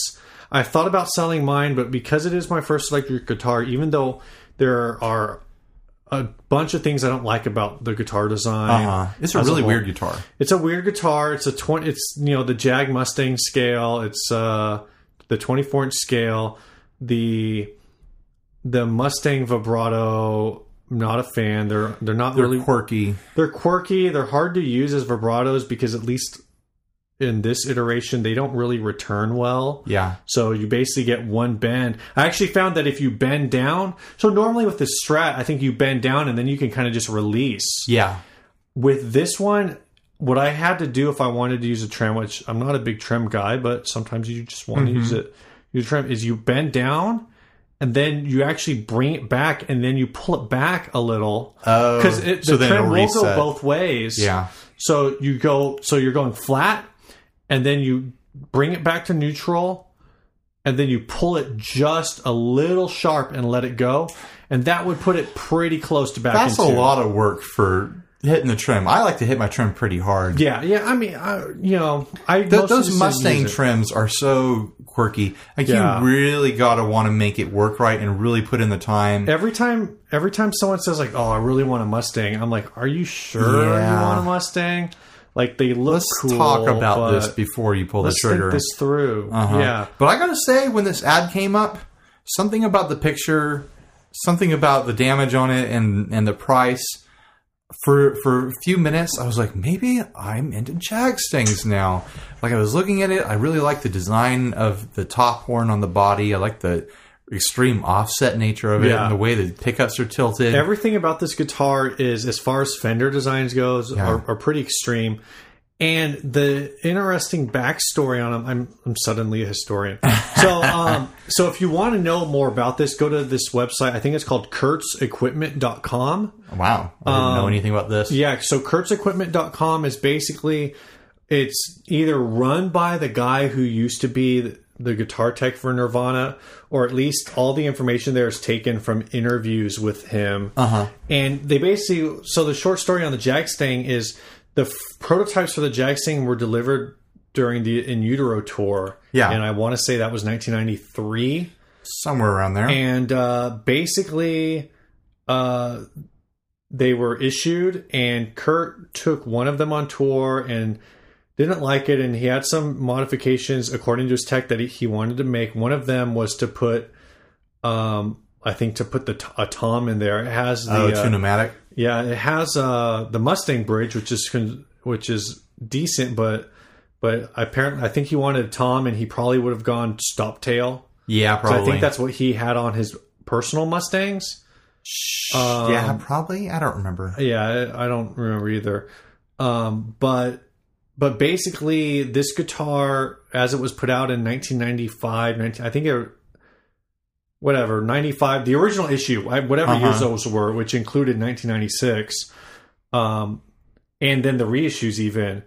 [SPEAKER 1] I thought about selling mine, but because it is my first electric guitar, even though there are a bunch of things I don't like about the guitar design,
[SPEAKER 2] Uh-huh. It's a
[SPEAKER 1] as
[SPEAKER 2] really
[SPEAKER 1] whole.
[SPEAKER 2] weird guitar.
[SPEAKER 1] It's a weird guitar. It's a twenty. It's you know the Jag Mustang scale. It's uh the twenty four inch scale. The the Mustang vibrato. Not a fan. They're they're not
[SPEAKER 2] They're
[SPEAKER 1] really.
[SPEAKER 2] quirky.
[SPEAKER 1] They're quirky. They're hard to use as vibratos because at least in this iteration they don't really return well.
[SPEAKER 2] Yeah.
[SPEAKER 1] So you basically get one bend. I actually found that if you bend down, so normally with the Strat, I think you bend down and then you can kind of just release
[SPEAKER 2] Yeah.
[SPEAKER 1] with this one what i had to do if i wanted to use a trim which i'm not a big trim guy but sometimes you just want
[SPEAKER 2] Mm-hmm.
[SPEAKER 1] to use it your trim is you bend down and then you actually bring it back and then you pull it back a little
[SPEAKER 2] Oh,
[SPEAKER 1] because the
[SPEAKER 2] so then
[SPEAKER 1] trim
[SPEAKER 2] it'll
[SPEAKER 1] will
[SPEAKER 2] reset.
[SPEAKER 1] go both ways
[SPEAKER 2] Yeah.
[SPEAKER 1] so you go so you're going flat and then you bring it back to neutral and then you pull it just a little sharp and let it go and that would put it pretty close to back
[SPEAKER 2] That's a
[SPEAKER 1] into.
[SPEAKER 2] lot of work for hitting the trim. I like to hit my trim pretty hard.
[SPEAKER 1] Yeah, yeah. I mean, I, you know, I
[SPEAKER 2] Th-
[SPEAKER 1] most of
[SPEAKER 2] those
[SPEAKER 1] the
[SPEAKER 2] Mustang
[SPEAKER 1] season-
[SPEAKER 2] trims are so quirky. Like
[SPEAKER 1] Yeah.
[SPEAKER 2] you really gotta want to make it work right and really put in the time.
[SPEAKER 1] Every time, every time someone says like, "Oh, I really want a Mustang," I'm like, "Are you sure you
[SPEAKER 2] Yeah.
[SPEAKER 1] want a Mustang?" Like they look
[SPEAKER 2] Let's
[SPEAKER 1] cool.
[SPEAKER 2] talk about this
[SPEAKER 1] but
[SPEAKER 2] before you pull the
[SPEAKER 1] Let's
[SPEAKER 2] trigger.
[SPEAKER 1] think this through.
[SPEAKER 2] Uh-huh.
[SPEAKER 1] Yeah,
[SPEAKER 2] But I gotta say, when this ad came up, something about the picture, something about the damage on it, and and the price. For for a few minutes, I was like, maybe I'm into Jag Stings now. Like I was looking at it, I really like the design of the top horn on the body. I like the extreme offset nature of it
[SPEAKER 1] Yeah.
[SPEAKER 2] and the way the pickups are tilted.
[SPEAKER 1] everything about this guitar is, as far as Fender designs goes, are, are pretty extreme. And the interesting backstory on them, I'm, I'm suddenly a historian. So, um, so if you want to know more about this, go to this website. I think it's called kurtsequipment.com.
[SPEAKER 2] wow, I didn't know anything about this.
[SPEAKER 1] Um, Yeah, so kurtsequipment.com is basically it's either run by the guy who used to be the guitar tech for Nirvana or at least all the information there is taken from interviews with him.
[SPEAKER 2] Uh.
[SPEAKER 1] Uh-huh. And they basically so the short story on the Jag Stang is the f- prototypes for the Jag Stang were delivered during the in utero tour.
[SPEAKER 2] Yeah.
[SPEAKER 1] and I want to say that was 1993.
[SPEAKER 2] somewhere around there.
[SPEAKER 1] And uh, basically, uh, they were issued, and Kurt took one of them on tour and didn't like it. And he had some modifications according to his tech that he, he wanted to make. One of them was to put, um, I think, to put the t- a tom in there. It has the
[SPEAKER 2] oh,
[SPEAKER 1] uh,
[SPEAKER 2] two pneumatic.
[SPEAKER 1] yeah, it has uh, the Mustang bridge, which is con- which is decent, but but apparently I think he wanted a tom, and he probably would have gone stop tail.
[SPEAKER 2] Yeah,
[SPEAKER 1] So
[SPEAKER 2] probably.
[SPEAKER 1] I think that's what he had on his personal Mustangs. Um,
[SPEAKER 2] yeah, probably. I don't remember.
[SPEAKER 1] Yeah, I, I don't remember either. Um, but but basically, this guitar, as it was put out in 1995, 19, I think it, whatever 95, the original issue, I- whatever
[SPEAKER 2] Uh-huh.
[SPEAKER 1] years those were, which included 1996, um, and then the reissues even.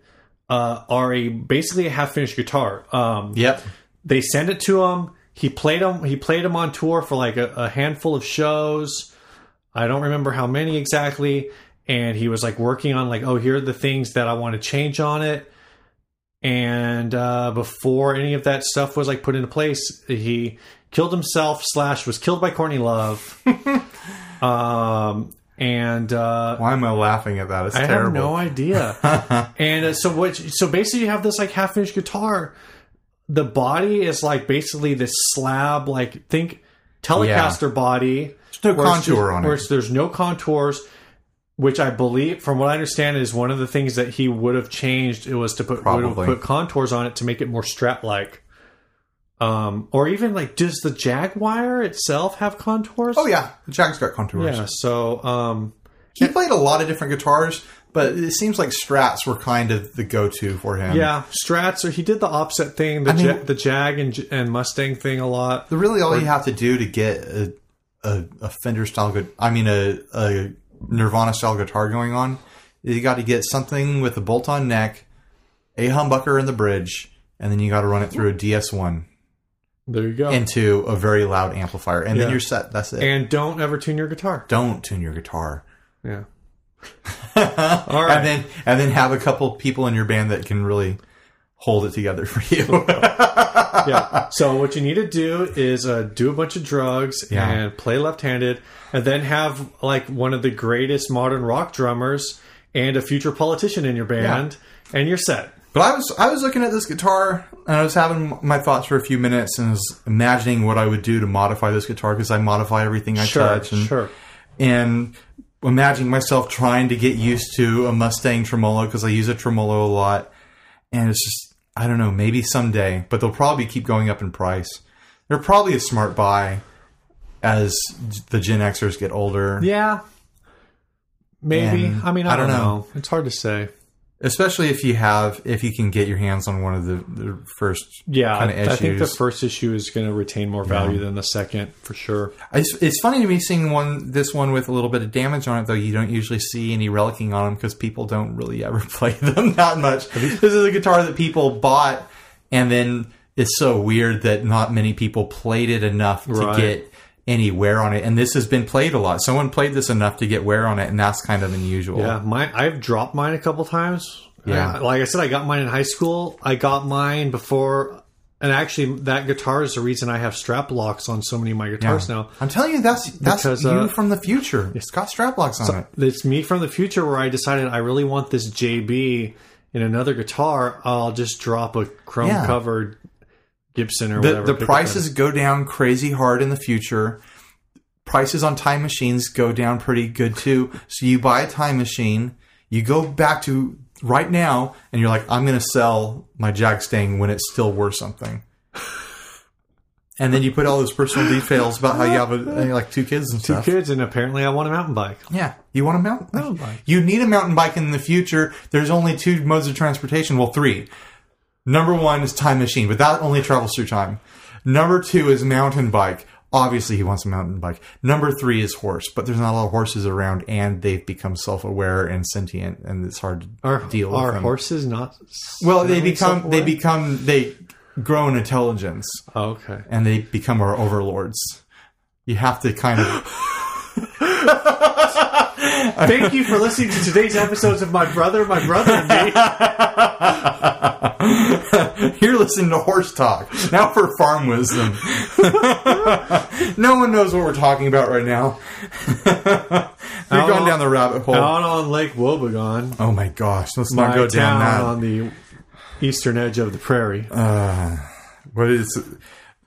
[SPEAKER 1] Uh, are a basically a half finished guitar. Um,
[SPEAKER 2] Yep.
[SPEAKER 1] they send it to him. He played him. He played him on tour for like a, a handful of shows. I don't remember how many exactly. And he was like working on like, oh, here are the things that I want to change on it. And uh, before any of that stuff was like put into place, he killed himself slash was killed by Courtney Love. um, and uh,
[SPEAKER 2] Why am I laughing at that? It's
[SPEAKER 1] I have
[SPEAKER 2] terrible.
[SPEAKER 1] no idea. and uh, so what? So basically, you have this like half finished guitar. The body is like basically this slab, like think Telecaster body.
[SPEAKER 2] There's no
[SPEAKER 1] where it's
[SPEAKER 2] contour
[SPEAKER 1] just-
[SPEAKER 2] on
[SPEAKER 1] where
[SPEAKER 2] it.
[SPEAKER 1] it's- There's no contours, which I believe, from what I understand, is one of the things that he would have changed. It was to put would have
[SPEAKER 2] Probably.
[SPEAKER 1] put contours on it to make it more strap like. Um, or even like, does the Jaguar itself have contours?
[SPEAKER 2] Oh yeah, the Jack's got contours.
[SPEAKER 1] yeah. So, um,
[SPEAKER 2] He played a lot of different guitars, but it seems like Strats were kind of the go-to for him.
[SPEAKER 1] Yeah, Strats. Or he did the offset thing, the
[SPEAKER 2] mean-
[SPEAKER 1] ja- the Jag and, and Mustang thing a lot.
[SPEAKER 2] The really all you have to do to get a a, a Fender style, gu- I mean a, a Nirvana style guitar going on, you got to get something with a bolt-on neck, a humbucker in the bridge, and then you got to run it through a DS1
[SPEAKER 1] There you go. And,
[SPEAKER 2] into a very loud amplifier, and
[SPEAKER 1] Yeah.
[SPEAKER 2] then you're set. That's it.
[SPEAKER 1] don't ever tune your guitar.
[SPEAKER 2] Don't tune your guitar.
[SPEAKER 1] Yeah. All right.
[SPEAKER 2] And then and then have a couple people in your band that can really hold it together for you.
[SPEAKER 1] yeah. So what you need to do is uh, do a bunch of drugs
[SPEAKER 2] Yeah.
[SPEAKER 1] and play left-handed, and then have like one of the greatest modern rock drummers and a future politician in your band, and you're set.
[SPEAKER 2] But I was I was looking at this guitar and I was having my thoughts for a few minutes and was imagining what I would do to modify this guitar because I modify everything I
[SPEAKER 1] Sure.
[SPEAKER 2] touch and,
[SPEAKER 1] Sure.
[SPEAKER 2] and imagining myself trying to get used to a Mustang tremolo because I use a tremolo a lot and it's just I don't know maybe someday but they'll probably keep going up in price. They're probably a smart buy as the Gen Xers get older,
[SPEAKER 1] Yeah. Maybe.
[SPEAKER 2] And
[SPEAKER 1] I mean, I, don't, know.
[SPEAKER 2] know.
[SPEAKER 1] It's hard to say.
[SPEAKER 2] especially if you have if you can get your hands on one of the, the first
[SPEAKER 1] Yeah,
[SPEAKER 2] kind of issues.
[SPEAKER 1] I think the first issue is going to retain more value than the second for sure.
[SPEAKER 2] It's, it's funny to me seeing one this one with a little bit of damage on it, though. You don't usually see any relicking on them because people don't really ever play them that much. This is a guitar that people bought, and then it's so weird that not many people played it enough to
[SPEAKER 1] Right.
[SPEAKER 2] get any wear on it. And this has been played a lot. Someone played this enough to get wear on it, and that's kind of unusual.
[SPEAKER 1] Yeah, mine. I've dropped mine a couple times.
[SPEAKER 2] Yeah.
[SPEAKER 1] I- like I said, I got mine in high school. I got mine before, and actually, that guitar is the reason I have strap locks on so many of my guitars now.
[SPEAKER 2] I'm telling you, that's that's
[SPEAKER 1] Because,
[SPEAKER 2] you
[SPEAKER 1] uh,
[SPEAKER 2] from the future. It's got strap locks on it.
[SPEAKER 1] It's me from the future where I decided I really want this JB in another guitar. I'll just drop a chrome
[SPEAKER 2] Yeah.
[SPEAKER 1] covered Gibson or
[SPEAKER 2] the,
[SPEAKER 1] whatever.
[SPEAKER 2] the
[SPEAKER 1] pick up
[SPEAKER 2] prices go down crazy hard in the future. Prices on time machines go down pretty good too. So you buy a time machine, you go back to right now, and you're like, I'm going to sell my Jag Stang when it's still worth something. And then you put all those personal details about how you have a, like two kids and
[SPEAKER 1] that.
[SPEAKER 2] stuff.
[SPEAKER 1] Two kids, and apparently, I want a mountain bike.
[SPEAKER 2] Yeah, you want a mountain bike?
[SPEAKER 1] Mountain bike.
[SPEAKER 2] You need a mountain bike in the future. There's only two modes of transportation. Well, three. Number one is time machine, but that only travels through time. Number two is mountain bike. Obviously, he wants a mountain bike. Number three is horse, but there's not a lot of horses around, and they've become self-aware and sentient, and it's hard to
[SPEAKER 1] Are,
[SPEAKER 2] deal with
[SPEAKER 1] are
[SPEAKER 2] them.
[SPEAKER 1] horses not?
[SPEAKER 2] well, they
[SPEAKER 1] really
[SPEAKER 2] become they
[SPEAKER 1] self-aware?
[SPEAKER 2] become they grow in intelligence,
[SPEAKER 1] Oh, okay.
[SPEAKER 2] and they become our overlords. You have to kind of
[SPEAKER 1] Thank you for listening to today's episodes of My Brother, My Brother and Me.
[SPEAKER 2] You're listening to horse talk. Now for farm wisdom. no one knows what we're talking about right now. We've
[SPEAKER 1] Out
[SPEAKER 2] gone
[SPEAKER 1] on-
[SPEAKER 2] down the rabbit hole.
[SPEAKER 1] Out on Lake Wobegon,
[SPEAKER 2] oh my gosh, let's
[SPEAKER 1] my
[SPEAKER 2] not go down
[SPEAKER 1] town
[SPEAKER 2] that.
[SPEAKER 1] on the eastern edge of the prairie.
[SPEAKER 2] What is?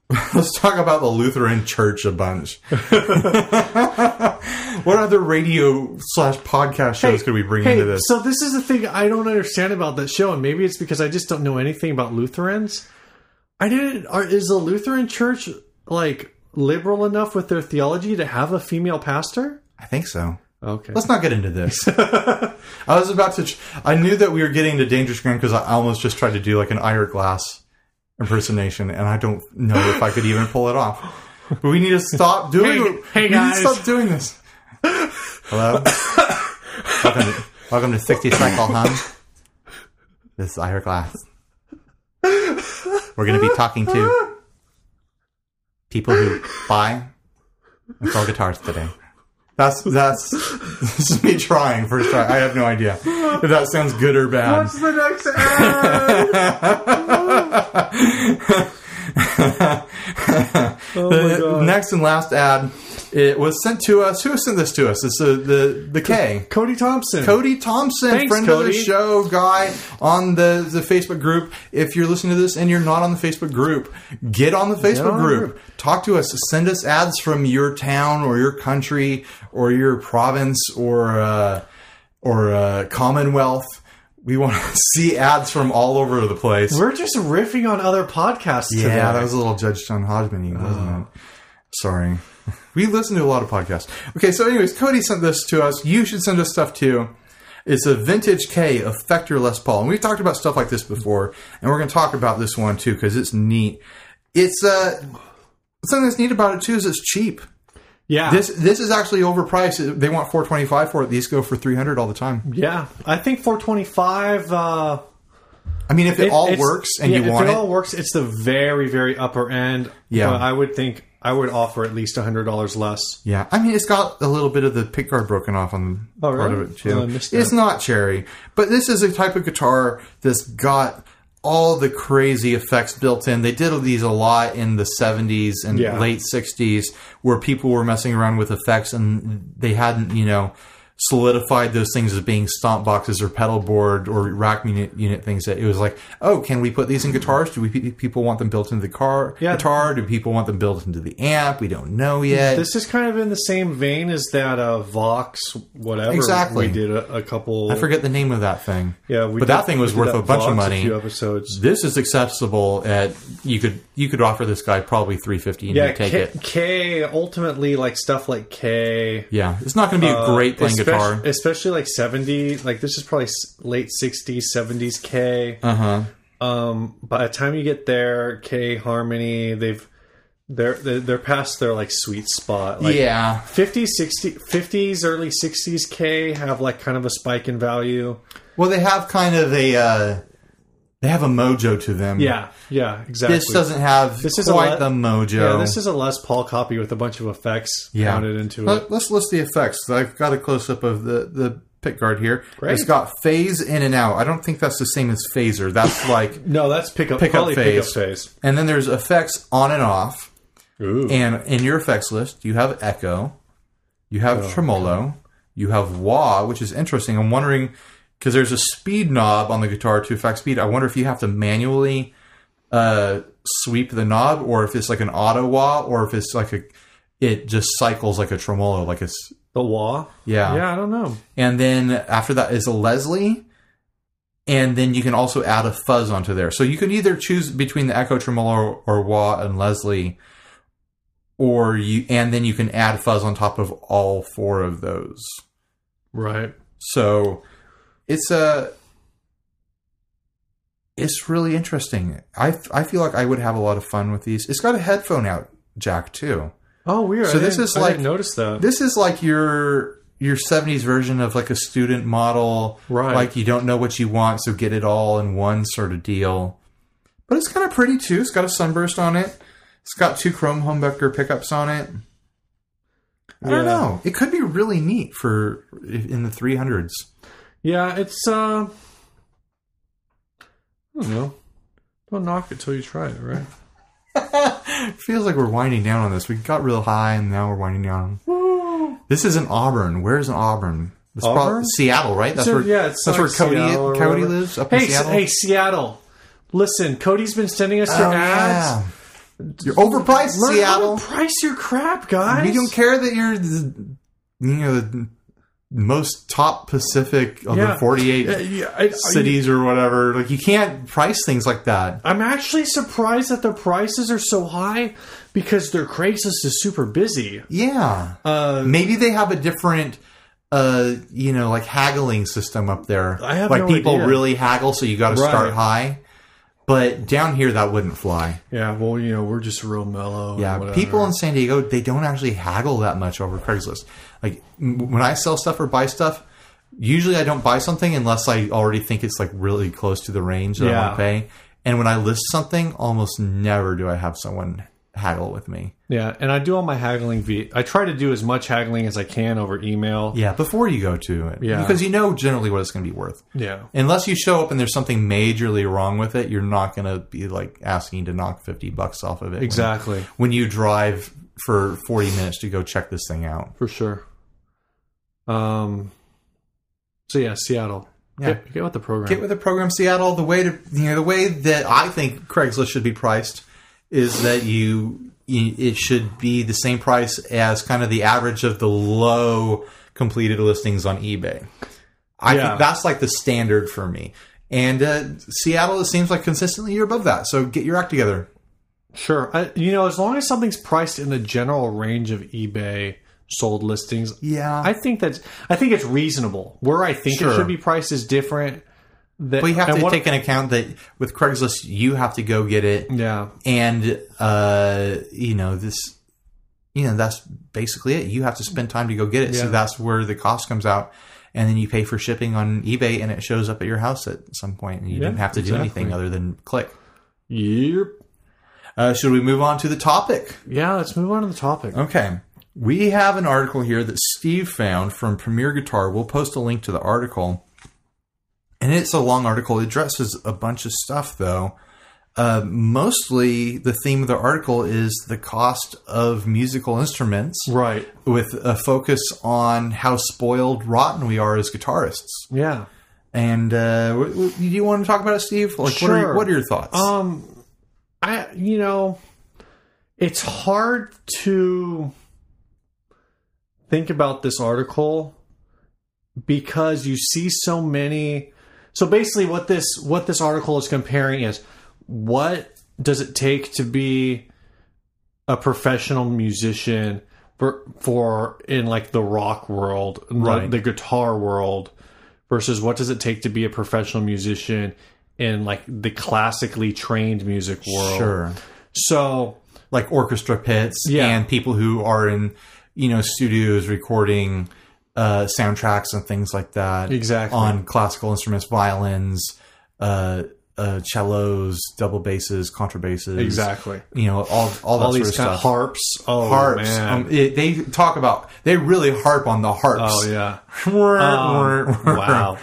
[SPEAKER 2] Let's talk about the Lutheran Church a bunch. what other radio slash podcast shows could we bring
[SPEAKER 1] Hey,
[SPEAKER 2] into this?
[SPEAKER 1] so this is the thing I don't understand about that show, and maybe it's because I just don't know anything about Lutherans. I didn't. Are, is the Lutheran Church like liberal enough with their theology to have a female pastor?
[SPEAKER 2] I think so.
[SPEAKER 1] Okay.
[SPEAKER 2] Let's not get into this. I was about to. I knew that we were getting to dangerous ground because I almost just tried to do like an Ira Glass impersonation, and I don't know if I could even pull it off. But we need to stop doing. we need
[SPEAKER 1] Hey- hey,
[SPEAKER 2] to
[SPEAKER 1] guys.
[SPEAKER 2] stop doing this. Hello. welcome, welcome to sixty cycle, huh? This is Ira Glass. We're going to be talking to people who buy and sell guitars today. That's that's this is me trying for a start. I have no idea if that sounds good or bad.
[SPEAKER 1] What's the next ad? oh my
[SPEAKER 2] the
[SPEAKER 1] god.
[SPEAKER 2] Uh, next and last ad, it was sent to us. Who sent this to us? It's uh, the the K.
[SPEAKER 1] Cody Thompson.
[SPEAKER 2] Cody Thompson,
[SPEAKER 1] Thanks,
[SPEAKER 2] friend of the
[SPEAKER 1] Cody.
[SPEAKER 2] show, guy on the, the Facebook group. If you're listening to this and you're not on the Facebook group, get on the Facebook
[SPEAKER 1] on the
[SPEAKER 2] group. Talk to us. Send us ads from your town or your country or your province or uh, or uh, Commonwealth. We want to see ads from all over the place.
[SPEAKER 1] We're just riffing on other podcasts today.
[SPEAKER 2] Yeah, that was a little Judge John Hodgman, wasn't
[SPEAKER 1] Oh.
[SPEAKER 2] it? Sorry. We listen to a lot of podcasts. Okay, so anyways, Cody sent this to us. You should send us stuff too. It's a vintage K Effector Les Paul, and we've talked about stuff like this before, and we're going to talk about this one too because it's neat. It's uh, something that's neat about it too is it's cheap.
[SPEAKER 1] yeah.
[SPEAKER 2] This this is actually overpriced. They want four twenty five for it. These go for three hundred all the time.
[SPEAKER 1] yeah. I think 425 uh
[SPEAKER 2] I mean, if it, all
[SPEAKER 1] it's-
[SPEAKER 2] works and
[SPEAKER 1] yeah,
[SPEAKER 2] you want
[SPEAKER 1] if
[SPEAKER 2] it,
[SPEAKER 1] it, all works, it's the very very upper end.
[SPEAKER 2] Yeah.
[SPEAKER 1] But I would think I would offer at least $100 less.
[SPEAKER 2] Yeah, I mean, it's got a little bit of the pick guard broken off on
[SPEAKER 1] Oh,
[SPEAKER 2] part
[SPEAKER 1] really?
[SPEAKER 2] of it too.
[SPEAKER 1] Oh, I missed
[SPEAKER 2] it's
[SPEAKER 1] that.
[SPEAKER 2] not cherry, but this is a type of guitar that's got all the crazy effects built in. They did these a lot in the '70s and
[SPEAKER 1] Yeah.
[SPEAKER 2] late '60s, where people were messing around with effects and they hadn't, you know, solidified those things as being stomp boxes or pedal board or rack unit, unit things. That it was like, oh, can we put these in guitars? Do we pe- people want them built into the car
[SPEAKER 1] Yeah.
[SPEAKER 2] guitar? Do people want them built into the amp? We don't know yet.
[SPEAKER 1] This is kind of in the same vein as that uh Vox whatever
[SPEAKER 2] Exactly.
[SPEAKER 1] we did a, a couple
[SPEAKER 2] I forget the name of that thing.
[SPEAKER 1] Yeah, we
[SPEAKER 2] but
[SPEAKER 1] did-
[SPEAKER 2] that thing was
[SPEAKER 1] we
[SPEAKER 2] worth
[SPEAKER 1] did that
[SPEAKER 2] a bunch of
[SPEAKER 1] Vox A
[SPEAKER 2] money.
[SPEAKER 1] few episodes.
[SPEAKER 2] This is accessible at you could you could offer this guy probably three fifty and
[SPEAKER 1] Yeah,
[SPEAKER 2] you take
[SPEAKER 1] K,
[SPEAKER 2] it.
[SPEAKER 1] K ultimately like stuff like K.
[SPEAKER 2] Yeah, it's not going to be
[SPEAKER 1] uh,
[SPEAKER 2] a great playing
[SPEAKER 1] especially,
[SPEAKER 2] guitar.
[SPEAKER 1] especially like 70 like this is probably s- late 60s 70s k uh-huh um by the time you get there k harmony they've they're they're they're past their like sweet spot like
[SPEAKER 2] yeah,
[SPEAKER 1] 50 60 50s early 60s k have like kind of a spike in value
[SPEAKER 2] well, they have kind of a uh, they have a mojo to them.
[SPEAKER 1] yeah yeah exactly
[SPEAKER 2] this doesn't have
[SPEAKER 1] This is a
[SPEAKER 2] quite
[SPEAKER 1] lot-
[SPEAKER 2] the mojo.
[SPEAKER 1] yeah this is a les paul copy with a bunch of effects
[SPEAKER 2] Yeah.
[SPEAKER 1] mounted into it
[SPEAKER 2] Let, us list the effects. I've got a close up of the the pick guard here.
[SPEAKER 1] Great.
[SPEAKER 2] It's got phase in and out. I don't think that's the same as phaser. That's like,
[SPEAKER 1] no that's pickup
[SPEAKER 2] Pickup
[SPEAKER 1] probably pickup
[SPEAKER 2] phase.
[SPEAKER 1] phase
[SPEAKER 2] and then there's effects on and off.
[SPEAKER 1] Ooh.
[SPEAKER 2] And in your effects list, you have echo, you have tremolo, you have wah, which is interesting. I'm wondering because there's a speed knob on the guitar to affect speed. I wonder if you have to manually uh, sweep the knob, or if it's like an auto wah, or if it's like a it just cycles like a tremolo, like it's
[SPEAKER 1] the wah
[SPEAKER 2] yeah.
[SPEAKER 1] yeah i don't know
[SPEAKER 2] And then after that is a Leslie. And then you can also add a fuzz onto there. So you can either choose between the echo tremolo or wah and Leslie, or you and then you can add fuzz on top of all four of those.
[SPEAKER 1] right
[SPEAKER 2] So it's a it's really interesting. I I feel like I would have a lot of fun with these. It's got a headphone out jack too.
[SPEAKER 1] Oh, weird.
[SPEAKER 2] So
[SPEAKER 1] I
[SPEAKER 2] this
[SPEAKER 1] didn't-
[SPEAKER 2] is
[SPEAKER 1] I
[SPEAKER 2] like-
[SPEAKER 1] didn't notice that.
[SPEAKER 2] This is like your your 70s version of like a student model.
[SPEAKER 1] Right.
[SPEAKER 2] Like you don't know what you want, so get it all in one sort of deal. But it's kind of pretty too. It's got a sunburst on it. It's got two chrome humbucker pickups on it. I don't know. It could be really neat for in the 300s.
[SPEAKER 1] Yeah, it's uh I don't know. Don't knock it till you try it, right?
[SPEAKER 2] Feels like we're winding down on this. We got real high and now we're winding down. This is in Auburn. Where's in Auburn? It's prob-
[SPEAKER 1] Auburn?
[SPEAKER 2] Seattle, right? That's
[SPEAKER 1] So,
[SPEAKER 2] where
[SPEAKER 1] yeah, it's
[SPEAKER 2] that's
[SPEAKER 1] like
[SPEAKER 2] where Cody
[SPEAKER 1] Seattle or
[SPEAKER 2] Cody
[SPEAKER 1] whatever.
[SPEAKER 2] lives up
[SPEAKER 1] Hey,
[SPEAKER 2] in Seattle.
[SPEAKER 1] hey Seattle. Listen, Cody's been sending us your
[SPEAKER 2] Oh,
[SPEAKER 1] ads.
[SPEAKER 2] yeah. You're overpriced,
[SPEAKER 1] Learn
[SPEAKER 2] Seattle.
[SPEAKER 1] how to price your crap, guys.
[SPEAKER 2] We don't care that you're, the, you know, the most top Pacific of
[SPEAKER 1] Yeah.
[SPEAKER 2] the 48
[SPEAKER 1] Yeah, yeah, I- I-
[SPEAKER 2] cities or whatever. Like you can't price things like that.
[SPEAKER 1] I'm actually surprised that their prices are so high because their Craigslist is super busy.
[SPEAKER 2] Yeah,
[SPEAKER 1] Uh,
[SPEAKER 2] maybe they have a different, uh, you know, like haggling system up there.
[SPEAKER 1] I have
[SPEAKER 2] like
[SPEAKER 1] no
[SPEAKER 2] people
[SPEAKER 1] idea.
[SPEAKER 2] really haggle, so you got to
[SPEAKER 1] Right.
[SPEAKER 2] start high. But down here, that wouldn't fly.
[SPEAKER 1] yeah, well, you know, we're just real mellow. and
[SPEAKER 2] Yeah,
[SPEAKER 1] whatever.
[SPEAKER 2] people in San Diego they don't actually haggle that much over Craigslist. Like m- when I sell stuff or buy stuff, usually I don't buy something unless I already think it's like really close to the range that I
[SPEAKER 1] Yeah.
[SPEAKER 2] want to pay. And when I list something, almost never do I have someone haggle with me.
[SPEAKER 1] Yeah, and I do all my haggling via. I try to do as much haggling as I can over email.
[SPEAKER 2] Yeah, before you go to it,
[SPEAKER 1] Yeah.
[SPEAKER 2] because you know generally what it's going to be worth.
[SPEAKER 1] Yeah.
[SPEAKER 2] Unless you show up and there's something majorly wrong with it, you're not going to be like asking to knock fifty bucks off of it. when-
[SPEAKER 1] Exactly.
[SPEAKER 2] When you drive for forty minutes to go check this thing out.
[SPEAKER 1] For sure. Um. So yeah, Seattle.
[SPEAKER 2] Yeah.
[SPEAKER 1] Get, get with the program.
[SPEAKER 2] get with the program Seattle. The way to you know the way that I think Craigslist should be priced is that you, you it should be the same price as kind of the average of the low completed listings on eBay. I
[SPEAKER 1] Yeah.
[SPEAKER 2] think that's like the standard for me. And uh, Seattle, it seems like consistently you're above that. So get your act together.
[SPEAKER 1] sure. I, you know, as long as something's priced in the general range of eBay sold listings,
[SPEAKER 2] Yeah,
[SPEAKER 1] I think that's. I think it's reasonable. Where I think
[SPEAKER 2] Sure.
[SPEAKER 1] it should be priced is different. That
[SPEAKER 2] but you have
[SPEAKER 1] and
[SPEAKER 2] to
[SPEAKER 1] what-
[SPEAKER 2] take into account that with Craigslist, you have to go get it
[SPEAKER 1] Yeah.
[SPEAKER 2] and uh, you know this you know that's basically it you have to spend time to go get it so
[SPEAKER 1] Yeah.
[SPEAKER 2] that's where the cost comes out and then you pay for shipping on ebay and it shows up at your house at some point and you
[SPEAKER 1] Yeah,
[SPEAKER 2] didn't have to do
[SPEAKER 1] exactly.
[SPEAKER 2] anything other than click
[SPEAKER 1] Yep.
[SPEAKER 2] uh, should we move on to the topic
[SPEAKER 1] Yeah. Let's move on to the topic.
[SPEAKER 2] Okay. We have an article here that Steve found from Premier Guitar. We'll post a link to the article. And it's a long article. It addresses a bunch of stuff, though. Uh, mostly, the theme of the article is the cost of musical instruments,
[SPEAKER 1] Right.
[SPEAKER 2] with a focus on how spoiled rotten we are as guitarists.
[SPEAKER 1] Yeah.
[SPEAKER 2] And uh, w- w- do you want to talk about it, Steve? Like, what, are
[SPEAKER 1] Sure.
[SPEAKER 2] what are your thoughts?
[SPEAKER 1] Um, I you know, it's hard to think about this article because you see so many. So basically, what this what this article is comparing is what does it take to be a professional musician for, for in like the rock world,
[SPEAKER 2] Right.
[SPEAKER 1] the, the guitar world, versus what does it take to be a professional musician in like the classically trained music world.
[SPEAKER 2] sure.
[SPEAKER 1] So
[SPEAKER 2] like orchestra pits
[SPEAKER 1] Yeah.
[SPEAKER 2] and people who are in you know studios recording uh, soundtracks and things like that
[SPEAKER 1] Exactly.
[SPEAKER 2] on classical instruments violins uh, uh, cellos double basses contrabasses
[SPEAKER 1] exactly,
[SPEAKER 2] you know all all that
[SPEAKER 1] all
[SPEAKER 2] sort
[SPEAKER 1] these
[SPEAKER 2] of
[SPEAKER 1] kind of
[SPEAKER 2] stuff
[SPEAKER 1] harps, oh,
[SPEAKER 2] harps
[SPEAKER 1] man.
[SPEAKER 2] um, it, they talk about they really harp on the harps
[SPEAKER 1] oh yeah, Um,
[SPEAKER 2] wow
[SPEAKER 1] wow.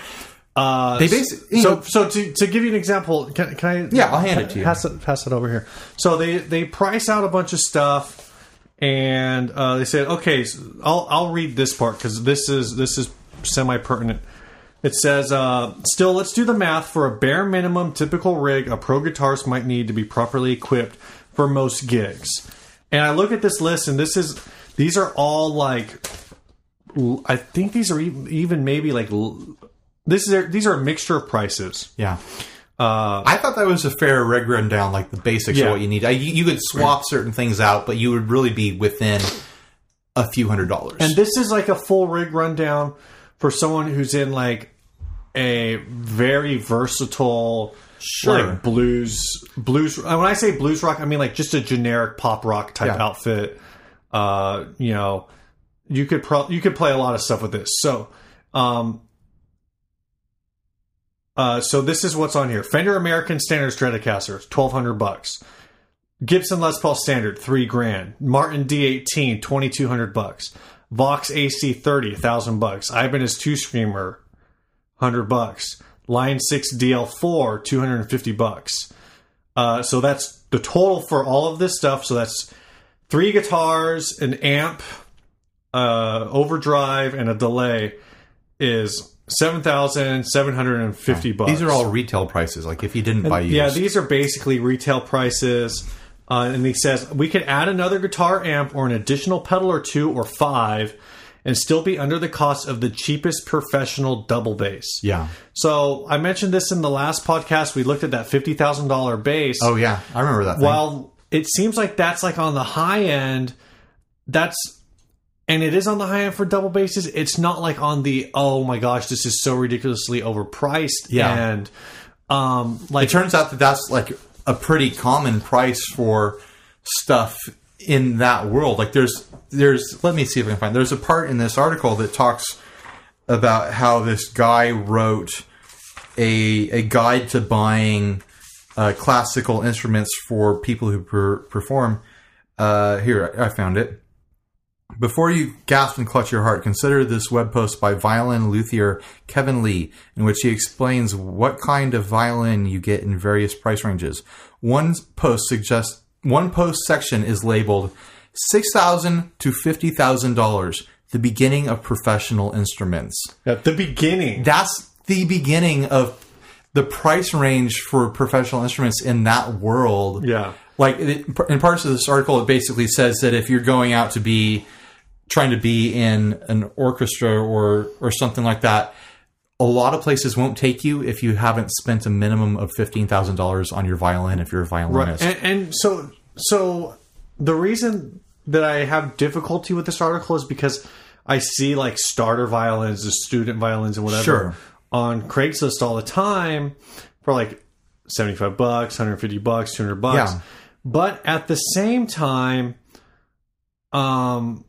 [SPEAKER 1] Uh,
[SPEAKER 2] They basically-
[SPEAKER 1] so so to, to give you an example, can, can I?
[SPEAKER 2] Yeah, I'll hand it to you.
[SPEAKER 1] Pass it, pass it over here. So they they price out a bunch of stuff, and uh, they said, okay, so I'll I'll read this part because this is this is semi pertinent. It says, uh, still, let's do the math for a bare minimum typical rig a pro guitarist might need to be properly equipped for most gigs. And I look at this list, and this is these are all like I think these are even, even maybe like l- this is these are a mixture of prices.
[SPEAKER 2] yeah I thought that was a fair rig rundown, like the basics of
[SPEAKER 1] Uh, Yeah.
[SPEAKER 2] what you need. I, you, you could swap certain things out, but you would really be within a few hundred dollars.
[SPEAKER 1] And this is like a full rig rundown for someone who's in like a very versatile
[SPEAKER 2] Sure.
[SPEAKER 1] like blues blues uh, when I say blues rock I mean like just a generic pop rock type
[SPEAKER 2] Yeah.
[SPEAKER 1] outfit. Uh, you know, you could pro- you could play a lot of stuff with this. So, um uh, so this is what's on here. Fender American Standard Stratocaster, twelve hundred bucks. Gibson Les Paul Standard, three grand. Martin D18, 2200 bucks. Vox AC 30, 1000 bucks. Ibanez 2 Screamer, 100 bucks. Line 6 DL4, 250 bucks. Uh, so that's the total for all of this stuff. So that's three guitars, an amp, uh, overdrive, and a delay is 7,750 bucks.
[SPEAKER 2] These are all retail prices. Like if you didn't buy used,
[SPEAKER 1] Yeah, these are basically retail prices. Uh, and he says we could add another guitar amp or an additional pedal or two or five, and still be under the cost of the cheapest professional double bass.
[SPEAKER 2] yeah.
[SPEAKER 1] So I mentioned this in the last podcast. We looked at that fifty thousand dollar bass.
[SPEAKER 2] Oh yeah, I remember that. Thing.
[SPEAKER 1] While it seems like that's like on the high end, that's and it is on the high end for double basses. It's not like on the oh my gosh, this is so ridiculously overpriced.
[SPEAKER 2] Yeah.
[SPEAKER 1] and um, like
[SPEAKER 2] it turns out that that's like a pretty common price for stuff in that world like there's there's let me see if i can find there's a part in this article that talks about how this guy wrote a a guide to buying uh, classical instruments for people who per- perform uh, here I, I found it before you gasp and clutch your heart, consider this web post by violin luthier Kevin Lee, in which he explains what kind of violin you get in various price ranges. One post suggests one post section is labeled six thousand to fifty thousand dollars, the beginning of professional instruments.
[SPEAKER 1] at the beginning.
[SPEAKER 2] That's the beginning of the price range for professional instruments in that world
[SPEAKER 1] yeah.
[SPEAKER 2] like it, in parts of this article it basically says that if you're going out to be trying to be in an orchestra or or something like that a lot of places won't take you if you haven't spent a minimum of $15,000 on your violin if you're a violinist.
[SPEAKER 1] And, and so, so the reason that I have difficulty with this article is because I see like starter violins, the student violins, and whatever
[SPEAKER 2] Sure.
[SPEAKER 1] on Craigslist all the time for like seventy-five bucks, hundred fifty bucks, two hundred bucks.
[SPEAKER 2] Yeah.
[SPEAKER 1] But at the same time, um,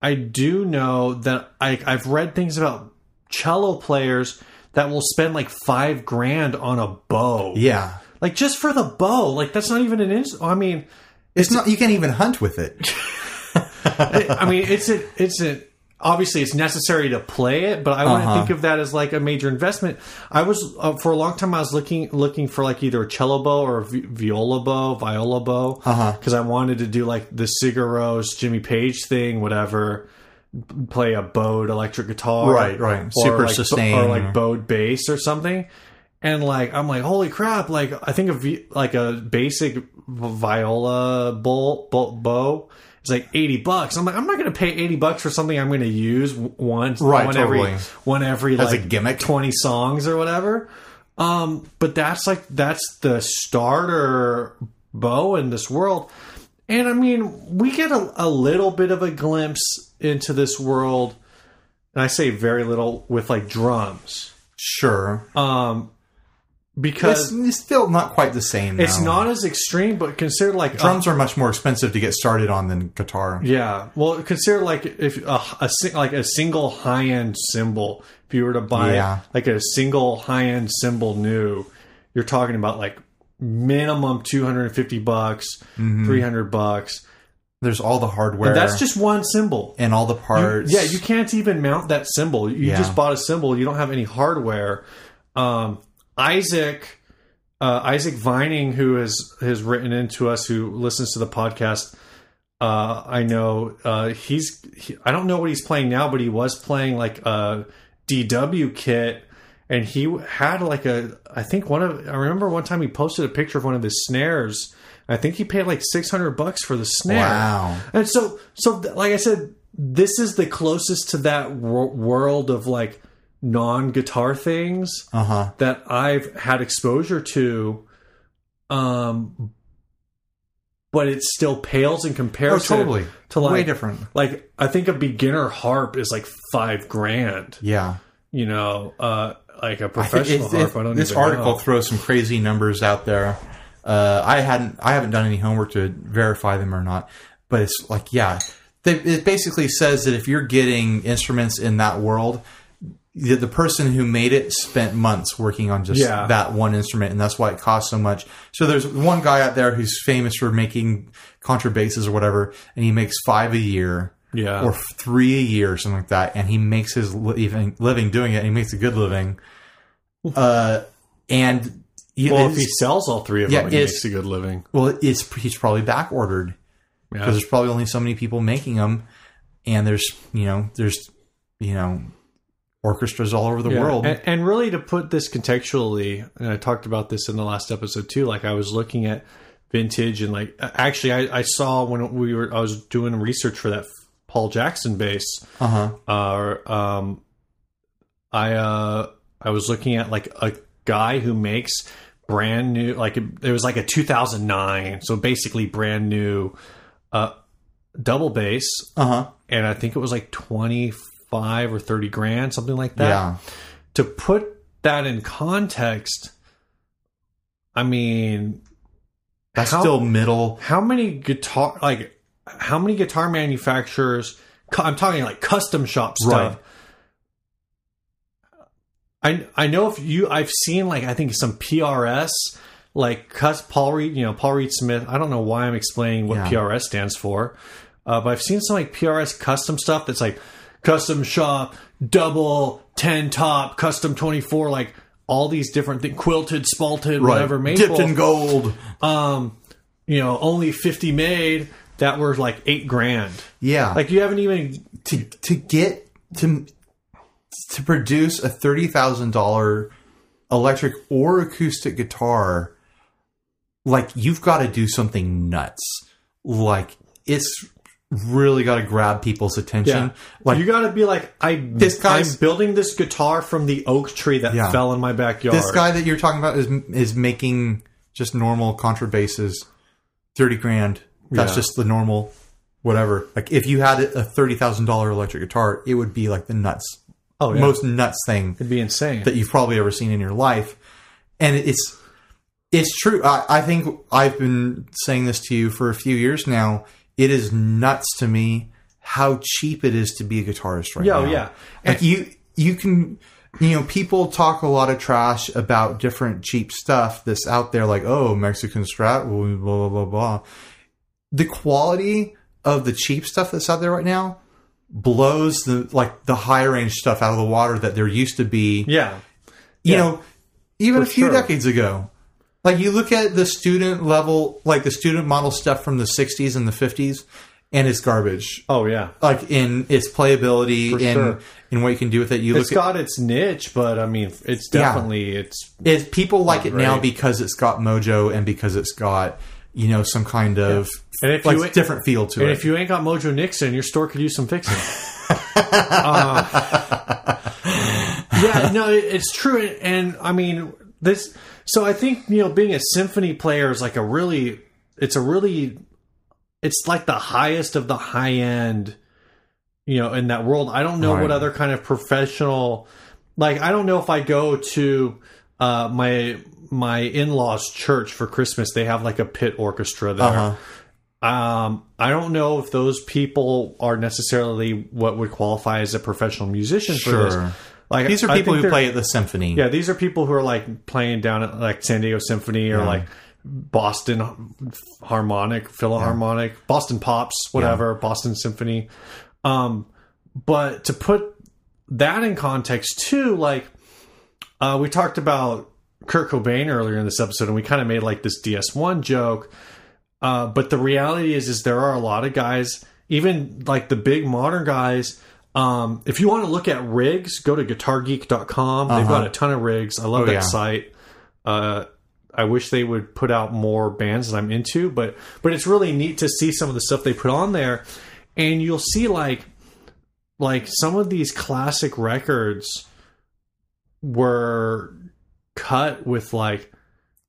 [SPEAKER 1] I do know that I, I've read things about cello players that will spend like five grand on a bow
[SPEAKER 2] Yeah.
[SPEAKER 1] like just for the bow like that's not even an ins- i mean
[SPEAKER 2] It's not you can't even hunt with it.
[SPEAKER 1] i I mean it's a it's a obviously it's necessary to play it but i wouldn't
[SPEAKER 2] Uh-huh.
[SPEAKER 1] think of that as like a major investment i was uh, for a long time i was looking looking for like either a cello bow or a vi- viola bow viola bow
[SPEAKER 2] Uh-huh.
[SPEAKER 1] because i wanted to do like the sigur rós jimmy page thing whatever b- play a bowed electric guitar
[SPEAKER 2] Right, right.
[SPEAKER 1] or
[SPEAKER 2] Super
[SPEAKER 1] like,
[SPEAKER 2] sustain
[SPEAKER 1] or like
[SPEAKER 2] or-
[SPEAKER 1] bowed bass or something and like i'm like holy crap like i think of like a basic viola bowl, bow, bow is like 80 bucks i'm like i'm not gonna pay 80 bucks for something i'm gonna use w- once
[SPEAKER 2] Right,
[SPEAKER 1] one
[SPEAKER 2] totally.
[SPEAKER 1] every one every
[SPEAKER 2] As a
[SPEAKER 1] like
[SPEAKER 2] gimmick.
[SPEAKER 1] 20 songs or whatever um but that's like that's the starter bow in this world and i mean we get a, a little bit of a glimpse into this world and i say very little with like drums
[SPEAKER 2] Sure.
[SPEAKER 1] um
[SPEAKER 2] It's,
[SPEAKER 1] because
[SPEAKER 2] it's still not quite the same.
[SPEAKER 1] it's
[SPEAKER 2] though.
[SPEAKER 1] not as extreme but consider like
[SPEAKER 2] drums are much more expensive to get started on than guitar.
[SPEAKER 1] yeah well consider like if a, a si- like a single high-end cymbal if you were to buy
[SPEAKER 2] Yeah.
[SPEAKER 1] like a single high-end cymbal new you're talking about like minimum 250 bucks 300 bucks
[SPEAKER 2] There's all the hardware
[SPEAKER 1] that's just one cymbal
[SPEAKER 2] and all the parts.
[SPEAKER 1] yeah you can't even mount that symbol you
[SPEAKER 2] Yeah.
[SPEAKER 1] just bought a symbol you don't have any hardware um, isaac uh, isaac vining who has has written into us who listens to the podcast uh, i know uh, he's he, i don't know what he's playing now but he was playing like a dw kit and he had like a i think one of i remember one time he posted a picture of one of his snares i think he paid like 600 bucks for the snare
[SPEAKER 2] Wow.
[SPEAKER 1] and so, so th- like I said, this is the closest to that wor- world of like non-guitar things
[SPEAKER 2] Uh-huh.
[SPEAKER 1] that I've had exposure to. Um, but it still pales in
[SPEAKER 2] Oh,
[SPEAKER 1] comparison
[SPEAKER 2] totally.
[SPEAKER 1] to like
[SPEAKER 2] Way different.
[SPEAKER 1] Like I think a beginner harp is like five grand.
[SPEAKER 2] Yeah.
[SPEAKER 1] You know, uh, like a
[SPEAKER 2] I think
[SPEAKER 1] professional
[SPEAKER 2] it's-
[SPEAKER 1] harp.
[SPEAKER 2] it's-
[SPEAKER 1] I don't
[SPEAKER 2] this
[SPEAKER 1] even
[SPEAKER 2] article
[SPEAKER 1] know.
[SPEAKER 2] throws some crazy numbers out there. Uh, I hadn't, I haven't done any homework to verify them or not, but it's like, yeah, they, it basically says that if you're getting instruments in that world, the, the person who made it spent months working on just
[SPEAKER 1] Yeah.
[SPEAKER 2] that one instrument, and that's why it costs so much. So there's one guy out there who's famous for making contrabasses or whatever, and he makes five a year.
[SPEAKER 1] Yeah.
[SPEAKER 2] or three a year or something like that, and he makes his living living doing it. and He makes a good living. Uh, and he-
[SPEAKER 1] well, if
[SPEAKER 2] it's,
[SPEAKER 1] he sells all three of
[SPEAKER 2] Yeah,
[SPEAKER 1] them, he
[SPEAKER 2] it's-
[SPEAKER 1] makes a good living.
[SPEAKER 2] well, it's he's probably back ordered
[SPEAKER 1] Yeah.
[SPEAKER 2] because there's probably only so many people making them, and there's you know there's you know orchestras all over the
[SPEAKER 1] Yeah, Eh.
[SPEAKER 2] world.
[SPEAKER 1] And, and really, to put this contextually, and I talked about this in the last episode too. Like I was looking at vintage, and like uh, actually, I, I saw when we were I was doing research for that Paul Jackson bass.
[SPEAKER 2] Uh huh.
[SPEAKER 1] Uh, um, I uh, I was looking at like a guy who makes brand new like it was like a 2009 so basically brand new uh double bass
[SPEAKER 2] Uh huh.
[SPEAKER 1] and i think it was like 25 or 30 grand something like that
[SPEAKER 2] Yeah.
[SPEAKER 1] to put that in context, I mean,
[SPEAKER 2] That's
[SPEAKER 1] How-
[SPEAKER 2] still middle.
[SPEAKER 1] how many guitar like how many guitar manufacturers? cu- I'm talking like custom shop stuff.
[SPEAKER 2] Right.
[SPEAKER 1] I I know if you I've seen like I think some PRS like cus Paul Reed you know Paul Reed Smith I don't know why I'm explaining what
[SPEAKER 2] Yeah.
[SPEAKER 1] PRS stands for, uh, but I've seen some like PRS custom stuff that's like custom shop double ten top custom twenty four like all these different things quilted spalted whatever
[SPEAKER 2] Right.
[SPEAKER 1] maple
[SPEAKER 2] Dipped in gold.
[SPEAKER 1] um, you know, only 50 made that were like eight grand.
[SPEAKER 2] Yeah.
[SPEAKER 1] Like you haven't even,
[SPEAKER 2] to to get to to produce a thirty thousand dollar electric or acoustic guitar, like you've got to do something nuts. Like it's really got to grab people's attention. Like
[SPEAKER 1] you got to be like, I,
[SPEAKER 2] This guy's-
[SPEAKER 1] I'm building this guitar from the oak tree that
[SPEAKER 2] Yeah.
[SPEAKER 1] fell in my backyard.
[SPEAKER 2] this guy that you're talking about is is making just normal contrabasses, thirty grand. That's
[SPEAKER 1] Yeah.
[SPEAKER 2] just the normal, whatever. Like if you had a thirty thousand dollar electric guitar, it would be like the nuts,
[SPEAKER 1] oh, yeah.
[SPEAKER 2] most nuts thing.
[SPEAKER 1] It'd be insane.
[SPEAKER 2] that you've probably ever seen in your life. And it's it's true. I, I think I've been saying this to you for a few years now. It is nuts to me how cheap it is to be a guitarist right
[SPEAKER 1] Yeah,
[SPEAKER 2] now.
[SPEAKER 1] oh, yeah.
[SPEAKER 2] Like you you can you know, people talk a lot of trash about different cheap stuff that's out there like, oh, Mexican strat, blah blah blah blah. The quality of the cheap stuff that's out there right now blows the like the high range stuff out of the water that there used to be
[SPEAKER 1] yeah.
[SPEAKER 2] you
[SPEAKER 1] Yeah.
[SPEAKER 2] know, even a
[SPEAKER 1] For
[SPEAKER 2] few
[SPEAKER 1] sure.
[SPEAKER 2] decades ago. Like you look at the student level, like the student model stuff from the '60s and the '50s, and it's garbage.
[SPEAKER 1] Oh, yeah.
[SPEAKER 2] Like in its playability
[SPEAKER 1] For
[SPEAKER 2] and
[SPEAKER 1] sure.
[SPEAKER 2] in what you can do with it. You
[SPEAKER 1] It's
[SPEAKER 2] look
[SPEAKER 1] got its niche, but I mean, it's
[SPEAKER 2] Yeah.
[SPEAKER 1] definitely, it's,
[SPEAKER 2] at it, people like it now
[SPEAKER 1] Right.
[SPEAKER 2] because it's got mojo and because it's got you know some kind of
[SPEAKER 1] And if
[SPEAKER 2] like
[SPEAKER 1] you-
[SPEAKER 2] different feel to
[SPEAKER 1] and
[SPEAKER 2] it.
[SPEAKER 1] if you ain't got Mojo Nixon, your store could use some fixing. Uh, yeah, no, it- it's true, and, and I mean this. So I think you know, being a symphony player is like a really, it's a really, it's like the highest of the high end, you know, in that world. I don't know
[SPEAKER 2] Right.
[SPEAKER 1] what other kind of professional, like I don't know if I go to uh, my my in laws church for Christmas. They have like a pit orchestra there.
[SPEAKER 2] Uh-huh.
[SPEAKER 1] Um, I don't know if those people are necessarily what would qualify as a professional musician for
[SPEAKER 2] Sure.
[SPEAKER 1] this. Like
[SPEAKER 2] These are
[SPEAKER 1] I
[SPEAKER 2] people
[SPEAKER 1] think
[SPEAKER 2] who
[SPEAKER 1] they're-
[SPEAKER 2] play at the symphony.
[SPEAKER 1] Yeah, these are people who are like playing down at like San Diego Symphony or like Boston Harmonic, Philharmonic, Boston Pops, whatever, Boston Symphony. Um, but to put that in context too, like uh, we talked about Kurt Cobain earlier in this episode, and we kind of made like this DS1 joke. Uh, but the reality is, is there are a lot of guys, even like the big modern guys. Um, if you want to look at rigs, go to guitargeek.com. They've got a ton of rigs. I love that
[SPEAKER 2] yeah.
[SPEAKER 1] site. Uh, I wish they would put out more bands that I'm into, but but it's really neat to see some of the stuff they put on there, and you'll see like like some of these classic records were cut with like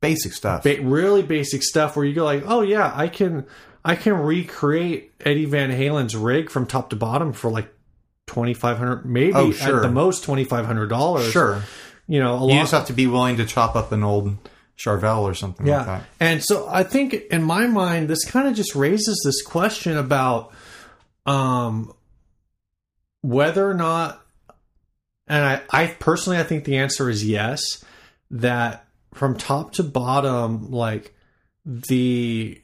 [SPEAKER 2] basic stuff.
[SPEAKER 1] ba- really basic stuff where you go like, oh yeah, I can I can recreate Eddie Van Halen's rig from top to bottom for like twenty five hundred, maybe
[SPEAKER 2] Oh, sure.
[SPEAKER 1] at the most twenty five hundred dollars.
[SPEAKER 2] sure,
[SPEAKER 1] you know, a
[SPEAKER 2] you
[SPEAKER 1] lot.
[SPEAKER 2] just have to be willing to chop up an old Charvel or something like that.
[SPEAKER 1] And so I think in my mind, this kind of just raises this question about um, whether or not, and I, I personally, I think the answer is yes, that from top to bottom, like the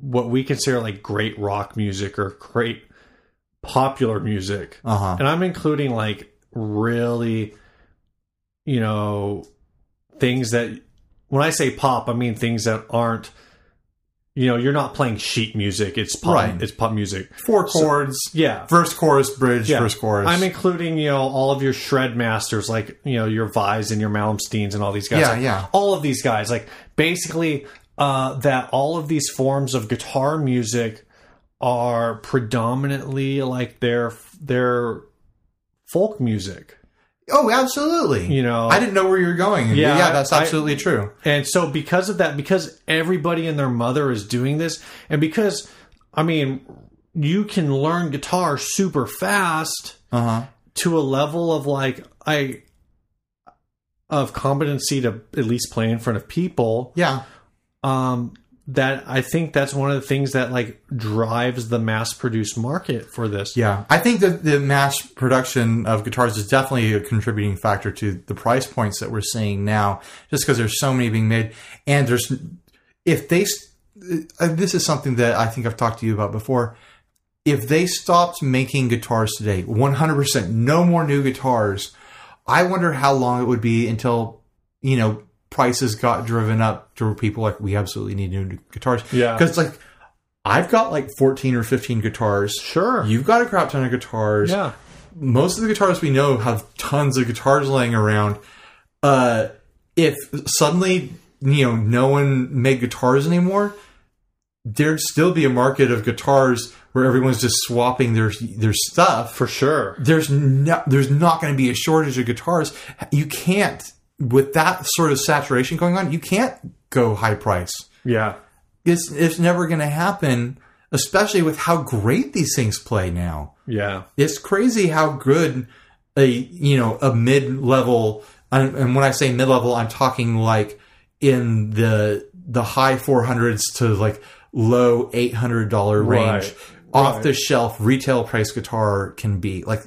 [SPEAKER 1] what we consider like great rock music or great popular music,
[SPEAKER 2] Uh huh.
[SPEAKER 1] and I'm including like really, you know, things that when I say pop, I mean things that aren't, you know, you're not playing sheet music. It's pop.
[SPEAKER 2] Right.
[SPEAKER 1] It's pop music.
[SPEAKER 2] Four chords,
[SPEAKER 1] Yeah.
[SPEAKER 2] verse, chorus, bridge,
[SPEAKER 1] Yeah.
[SPEAKER 2] verse, chorus.
[SPEAKER 1] I'm including, you know, all of your shred masters, like, you know, your Vise and your Malmsteens and all these guys.
[SPEAKER 2] Yeah,
[SPEAKER 1] Like,
[SPEAKER 2] yeah.
[SPEAKER 1] All of these guys. Like, basically, uh, that all of these forms of guitar music are predominantly like their, their folk music,
[SPEAKER 2] oh, absolutely.
[SPEAKER 1] you know?
[SPEAKER 2] I didn't know where you were going.
[SPEAKER 1] Yeah,
[SPEAKER 2] Yeah,
[SPEAKER 1] I-
[SPEAKER 2] that's
[SPEAKER 1] I-
[SPEAKER 2] absolutely true.
[SPEAKER 1] And so because of that, because everybody and their mother is doing this, and because I mean, you can learn guitar super fast
[SPEAKER 2] Uh huh.
[SPEAKER 1] to a level of like I of competency to at least play in front of people.
[SPEAKER 2] Yeah.
[SPEAKER 1] Um that I think that's one of the things that like drives the mass produced market for this.
[SPEAKER 2] Yeah, I think that the mass production of guitars is definitely a contributing factor to the price points that we're seeing now, just because there's so many being made, and there's if they s- uh, this is something that I think I've talked to you about before. If they stopped making guitars today, 100% no more new guitars, I wonder how long it would be until you know prices got driven up to where people like we absolutely need new guitars.
[SPEAKER 1] Yeah.
[SPEAKER 2] because like I've got like 14 or 15 guitars.
[SPEAKER 1] Sure.
[SPEAKER 2] You've got a crap ton of guitars.
[SPEAKER 1] yeah.
[SPEAKER 2] Most of the guitars we know have tons of guitars laying around. Uh, if suddenly you know no one made guitars anymore, there'd still be a market of guitars where everyone's just swapping their their stuff
[SPEAKER 1] For sure.
[SPEAKER 2] there's no, there's not going to be a shortage of guitars. You can't with that sort of saturation going on. You can't go high price.
[SPEAKER 1] Yeah.
[SPEAKER 2] It's it's never going to happen. Especially with how great these things play now.
[SPEAKER 1] Yeah.
[SPEAKER 2] It's crazy how good a you know a mid level. And and when I say mid level, I'm talking like in the the high 400s to like low $800 range.
[SPEAKER 1] Right.
[SPEAKER 2] Off the shelf retail price guitar can be like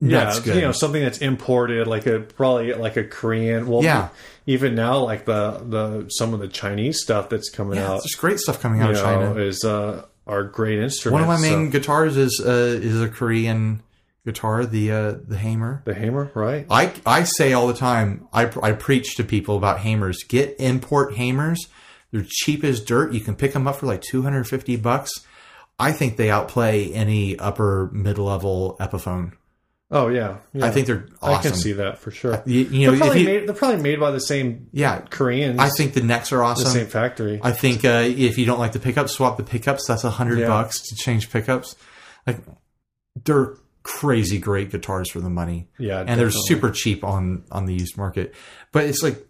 [SPEAKER 1] Yeah,
[SPEAKER 2] that's good.
[SPEAKER 1] you know something that's imported, like a probably like a Korean. Well,
[SPEAKER 2] Yeah.
[SPEAKER 1] even now, like the the some of the Chinese stuff that's coming
[SPEAKER 2] Yeah,
[SPEAKER 1] out,
[SPEAKER 2] there's great stuff coming out
[SPEAKER 1] you
[SPEAKER 2] of China.
[SPEAKER 1] know, is uh, are great
[SPEAKER 2] One
[SPEAKER 1] instruments.
[SPEAKER 2] of my main
[SPEAKER 1] so-
[SPEAKER 2] guitars is uh, is a Korean guitar, the uh, the Hamer.
[SPEAKER 1] the hammer, right?
[SPEAKER 2] I I say all the time, I pr- I preach to people about Hamers. Get import Hamers. They're cheap as dirt. You can pick them up for like 250 bucks. I think they outplay any upper mid level Epiphone.
[SPEAKER 1] Oh yeah, yeah.
[SPEAKER 2] I think they're
[SPEAKER 1] I can
[SPEAKER 2] awesome.
[SPEAKER 1] see that for sure.
[SPEAKER 2] You, you know,
[SPEAKER 1] They're
[SPEAKER 2] if
[SPEAKER 1] probably,
[SPEAKER 2] you-
[SPEAKER 1] made, they're probably made by the same
[SPEAKER 2] yeah,
[SPEAKER 1] Koreans.
[SPEAKER 2] I think the necks are
[SPEAKER 1] the
[SPEAKER 2] awesome.
[SPEAKER 1] same factory.
[SPEAKER 2] I think uh, if you don't like the pickups, swap the pickups. That's a hundred
[SPEAKER 1] Yeah.
[SPEAKER 2] bucks to change pickups. Like they're crazy great guitars for the money,
[SPEAKER 1] yeah,
[SPEAKER 2] and they're super cheap on on the used market. But it's like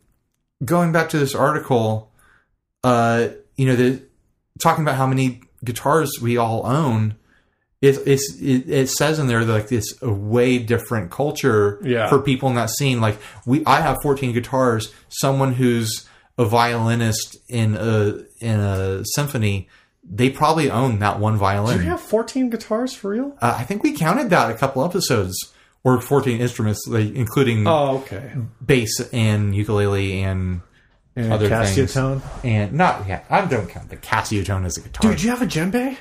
[SPEAKER 2] going back to this article, uh, you know, the talking about how many guitars we all own. It, it's it, it says in there that like it's a way different culture
[SPEAKER 1] Yeah.
[SPEAKER 2] for people in that scene. Like we, I have 14 guitars. Someone who's a violinist in a in a symphony, they probably own that one violin.
[SPEAKER 1] Do you have fourteen guitars for real?
[SPEAKER 2] uh, I think we counted that a couple episodes or 14 instruments, like, including
[SPEAKER 1] Oh okay.
[SPEAKER 2] bass and ukulele and
[SPEAKER 1] And
[SPEAKER 2] Other
[SPEAKER 1] Casio
[SPEAKER 2] things.
[SPEAKER 1] tone.
[SPEAKER 2] and not yeah. I don't count the Casio tone as a guitar.
[SPEAKER 1] Dude, you have a djembe?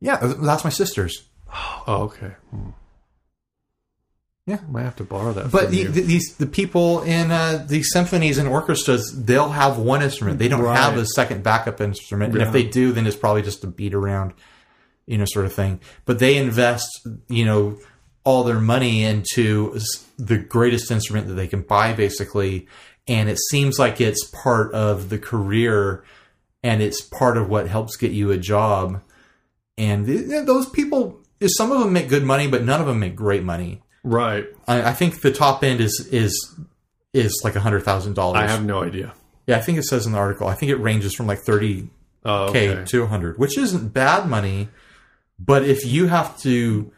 [SPEAKER 2] Yeah, that's my sister's.
[SPEAKER 1] Oh okay. Hmm.
[SPEAKER 2] Yeah.
[SPEAKER 1] might have to borrow that.
[SPEAKER 2] But
[SPEAKER 1] from
[SPEAKER 2] the,
[SPEAKER 1] you.
[SPEAKER 2] the, these the people in uh, the symphonies and orchestras, they'll have one instrument. They don't
[SPEAKER 1] Right.
[SPEAKER 2] have a second backup instrument, and
[SPEAKER 1] Yeah.
[SPEAKER 2] if they do, then it's probably just a beat around, you know, sort of thing. But they invest, you know, all their money into s- the greatest instrument that they can buy, basically. And it seems like it's part of the career, and it's part of what helps get you a job. And th- th- those people, some of them make good money, but none of them make great money.
[SPEAKER 1] right.
[SPEAKER 2] I, I think the top end is is is like a hundred thousand
[SPEAKER 1] I
[SPEAKER 2] dollars.
[SPEAKER 1] have no idea.
[SPEAKER 2] Yeah, I think it says in the article. I think it ranges from like thirty
[SPEAKER 1] Oh,
[SPEAKER 2] k
[SPEAKER 1] okay.
[SPEAKER 2] to a hundred, which isn't bad money. But if you have to,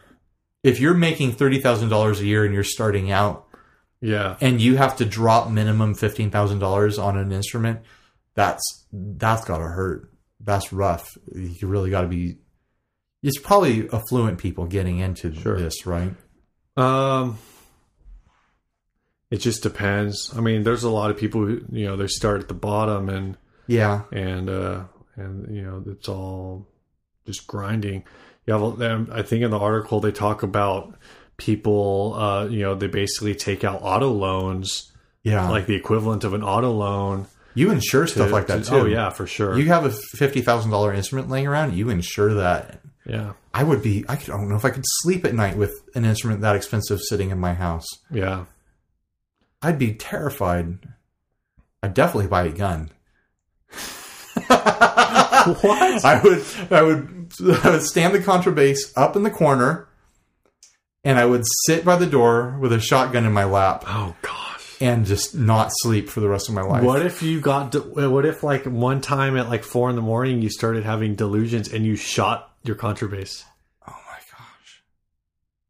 [SPEAKER 2] if you're making thirty thousand dollars a year and you're starting out,
[SPEAKER 1] Yeah.
[SPEAKER 2] and you have to drop minimum fifteen thousand dollars on an instrument, that's that's gotta hurt. That's rough. You really gotta be. It's probably affluent people getting into
[SPEAKER 1] Sure.
[SPEAKER 2] this, right?
[SPEAKER 1] Um it just depends. I mean, there's a lot of people who, you know, they start at the bottom and
[SPEAKER 2] Yeah.
[SPEAKER 1] and uh and you know, it's all just grinding. Yeah, well, them- I think in the article they talk about people. Uh, you know, they basically take out auto loans,
[SPEAKER 2] Yeah, like
[SPEAKER 1] like the equivalent of an auto loan.
[SPEAKER 2] you insure stuff like that
[SPEAKER 1] to-
[SPEAKER 2] too.
[SPEAKER 1] Oh yeah, for sure.
[SPEAKER 2] you have a fifty thousand dollar instrument laying around. You insure that.
[SPEAKER 1] yeah,
[SPEAKER 2] I would be. I, could, I don't know if I could sleep at night with an instrument that expensive sitting in my house.
[SPEAKER 1] yeah.
[SPEAKER 2] I'd be terrified. I'd definitely buy a gun.
[SPEAKER 1] What?
[SPEAKER 2] I would I would I would stand the contrabass up in the corner and I would sit by the door with a shotgun in my lap
[SPEAKER 1] Oh gosh.
[SPEAKER 2] and just not sleep for the rest of my life.
[SPEAKER 1] What if you got? De- what if like one time at like four in the morning you started having delusions and you shot your contrabass?
[SPEAKER 2] Oh my gosh.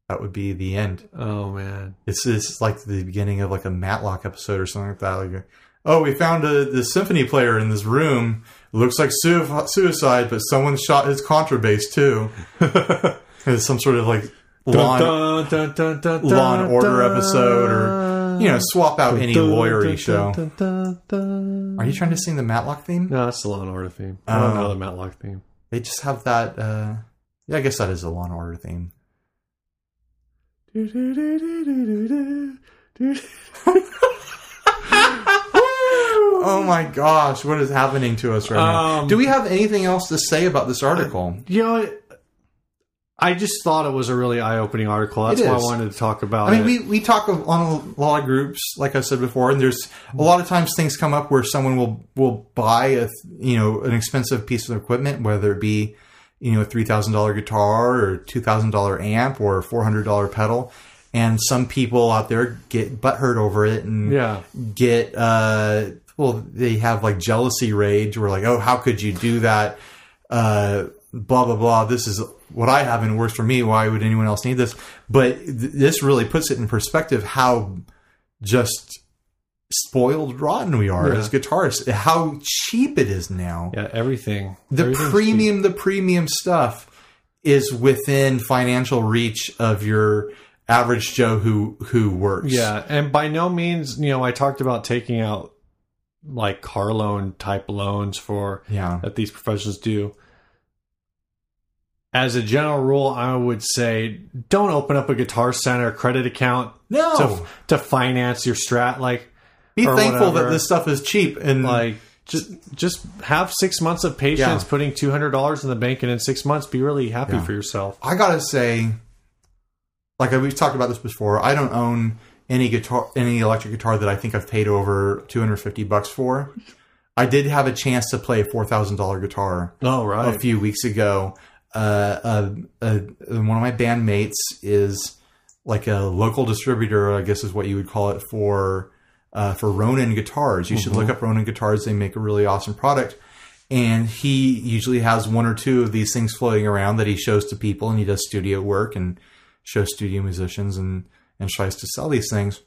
[SPEAKER 2] That would be the end.
[SPEAKER 1] Oh man.
[SPEAKER 2] It's it's like the beginning of like a Matlock episode or something like that. Like, oh, we found a, the symphony player in this room. Looks like sui- suicide, but someone shot his contrabass too. It's some sort of like lawn
[SPEAKER 1] Dun, dun, dun, dun, dun,
[SPEAKER 2] Law and Order
[SPEAKER 1] dun.
[SPEAKER 2] episode or, you know, swap out any
[SPEAKER 1] Dun,
[SPEAKER 2] lawyery
[SPEAKER 1] dun,
[SPEAKER 2] show.
[SPEAKER 1] dun, dun, dun.
[SPEAKER 2] Are you Oh. trying to sing the Matlock theme?
[SPEAKER 1] No, that's the Law and Order theme. I don't know the Matlock theme.
[SPEAKER 2] They just have that. Uh, yeah, I guess that is the Law and Order theme. Oh my gosh, what is happening to us right now?
[SPEAKER 1] Um,
[SPEAKER 2] Do we have anything else to say about this article?
[SPEAKER 1] You know, it- I just thought it was a really eye-opening article. That's
[SPEAKER 2] It
[SPEAKER 1] why I
[SPEAKER 2] is.
[SPEAKER 1] wanted to talk
[SPEAKER 2] I
[SPEAKER 1] about.
[SPEAKER 2] mean,
[SPEAKER 1] it.
[SPEAKER 2] we, we talk of- on a lot of groups, like I said before, and there's a lot of times things come up where someone will will buy a you know an expensive piece of equipment, whether it be you know a three thousand dollar guitar or two thousand dollar amp or a four hundred dollar pedal, and some people out there get butthurt over it and
[SPEAKER 1] yeah,
[SPEAKER 2] get uh well they have like jealousy rage where like oh how could you do that uh blah blah blah this is what i have and works for me why would anyone else need this but th- this really puts it in perspective how just spoiled rotten we are
[SPEAKER 1] Yeah.
[SPEAKER 2] as guitarists how cheap it is now
[SPEAKER 1] yeah, everything.
[SPEAKER 2] the
[SPEAKER 1] Everything's
[SPEAKER 2] premium the premium stuff is within financial reach of your average joe who who works
[SPEAKER 1] cheap. Yeah, and by no means, you know, I talked about taking out like car loan type loans for
[SPEAKER 2] yeah
[SPEAKER 1] that these professions do. As a general rule, I would say don't open up a Guitar Center credit account
[SPEAKER 2] no
[SPEAKER 1] to to finance your strat. Like
[SPEAKER 2] Be
[SPEAKER 1] or
[SPEAKER 2] thankful
[SPEAKER 1] whatever.
[SPEAKER 2] that this stuff is cheap and like
[SPEAKER 1] like just just have six months of patience,
[SPEAKER 2] Yeah.
[SPEAKER 1] putting two hundred dollars in the bank, and in six months, be really happy
[SPEAKER 2] Yeah.
[SPEAKER 1] for yourself.
[SPEAKER 2] I gotta say, like we've talked about this before. I don't own any guitar, any electric guitar that I think I've paid over two hundred fifty bucks for. I did have a chance to play a four thousand dollar guitar
[SPEAKER 1] Oh
[SPEAKER 2] a
[SPEAKER 1] right,
[SPEAKER 2] few weeks ago. Uh, uh, uh, one of my bandmates is like a local distributor, I guess is what you would call it for uh, for Ronin guitars. You should look up Ronin guitars; they make a really awesome product. And he usually has one or two of these things floating around that he shows to people, and he does studio work and shows studio musicians and and tries to sell these things.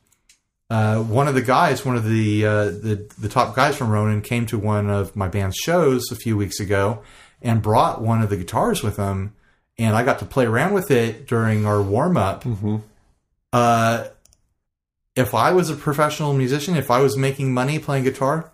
[SPEAKER 2] Uh, one of the guys, one of the, uh, the the top guys from Ronin, came to one of my band's shows a few weeks ago, and brought one of the guitars with him, and I got to play around with it during our warm up.
[SPEAKER 1] hmm
[SPEAKER 2] Uh, if I was a professional musician, if I was making money playing guitar,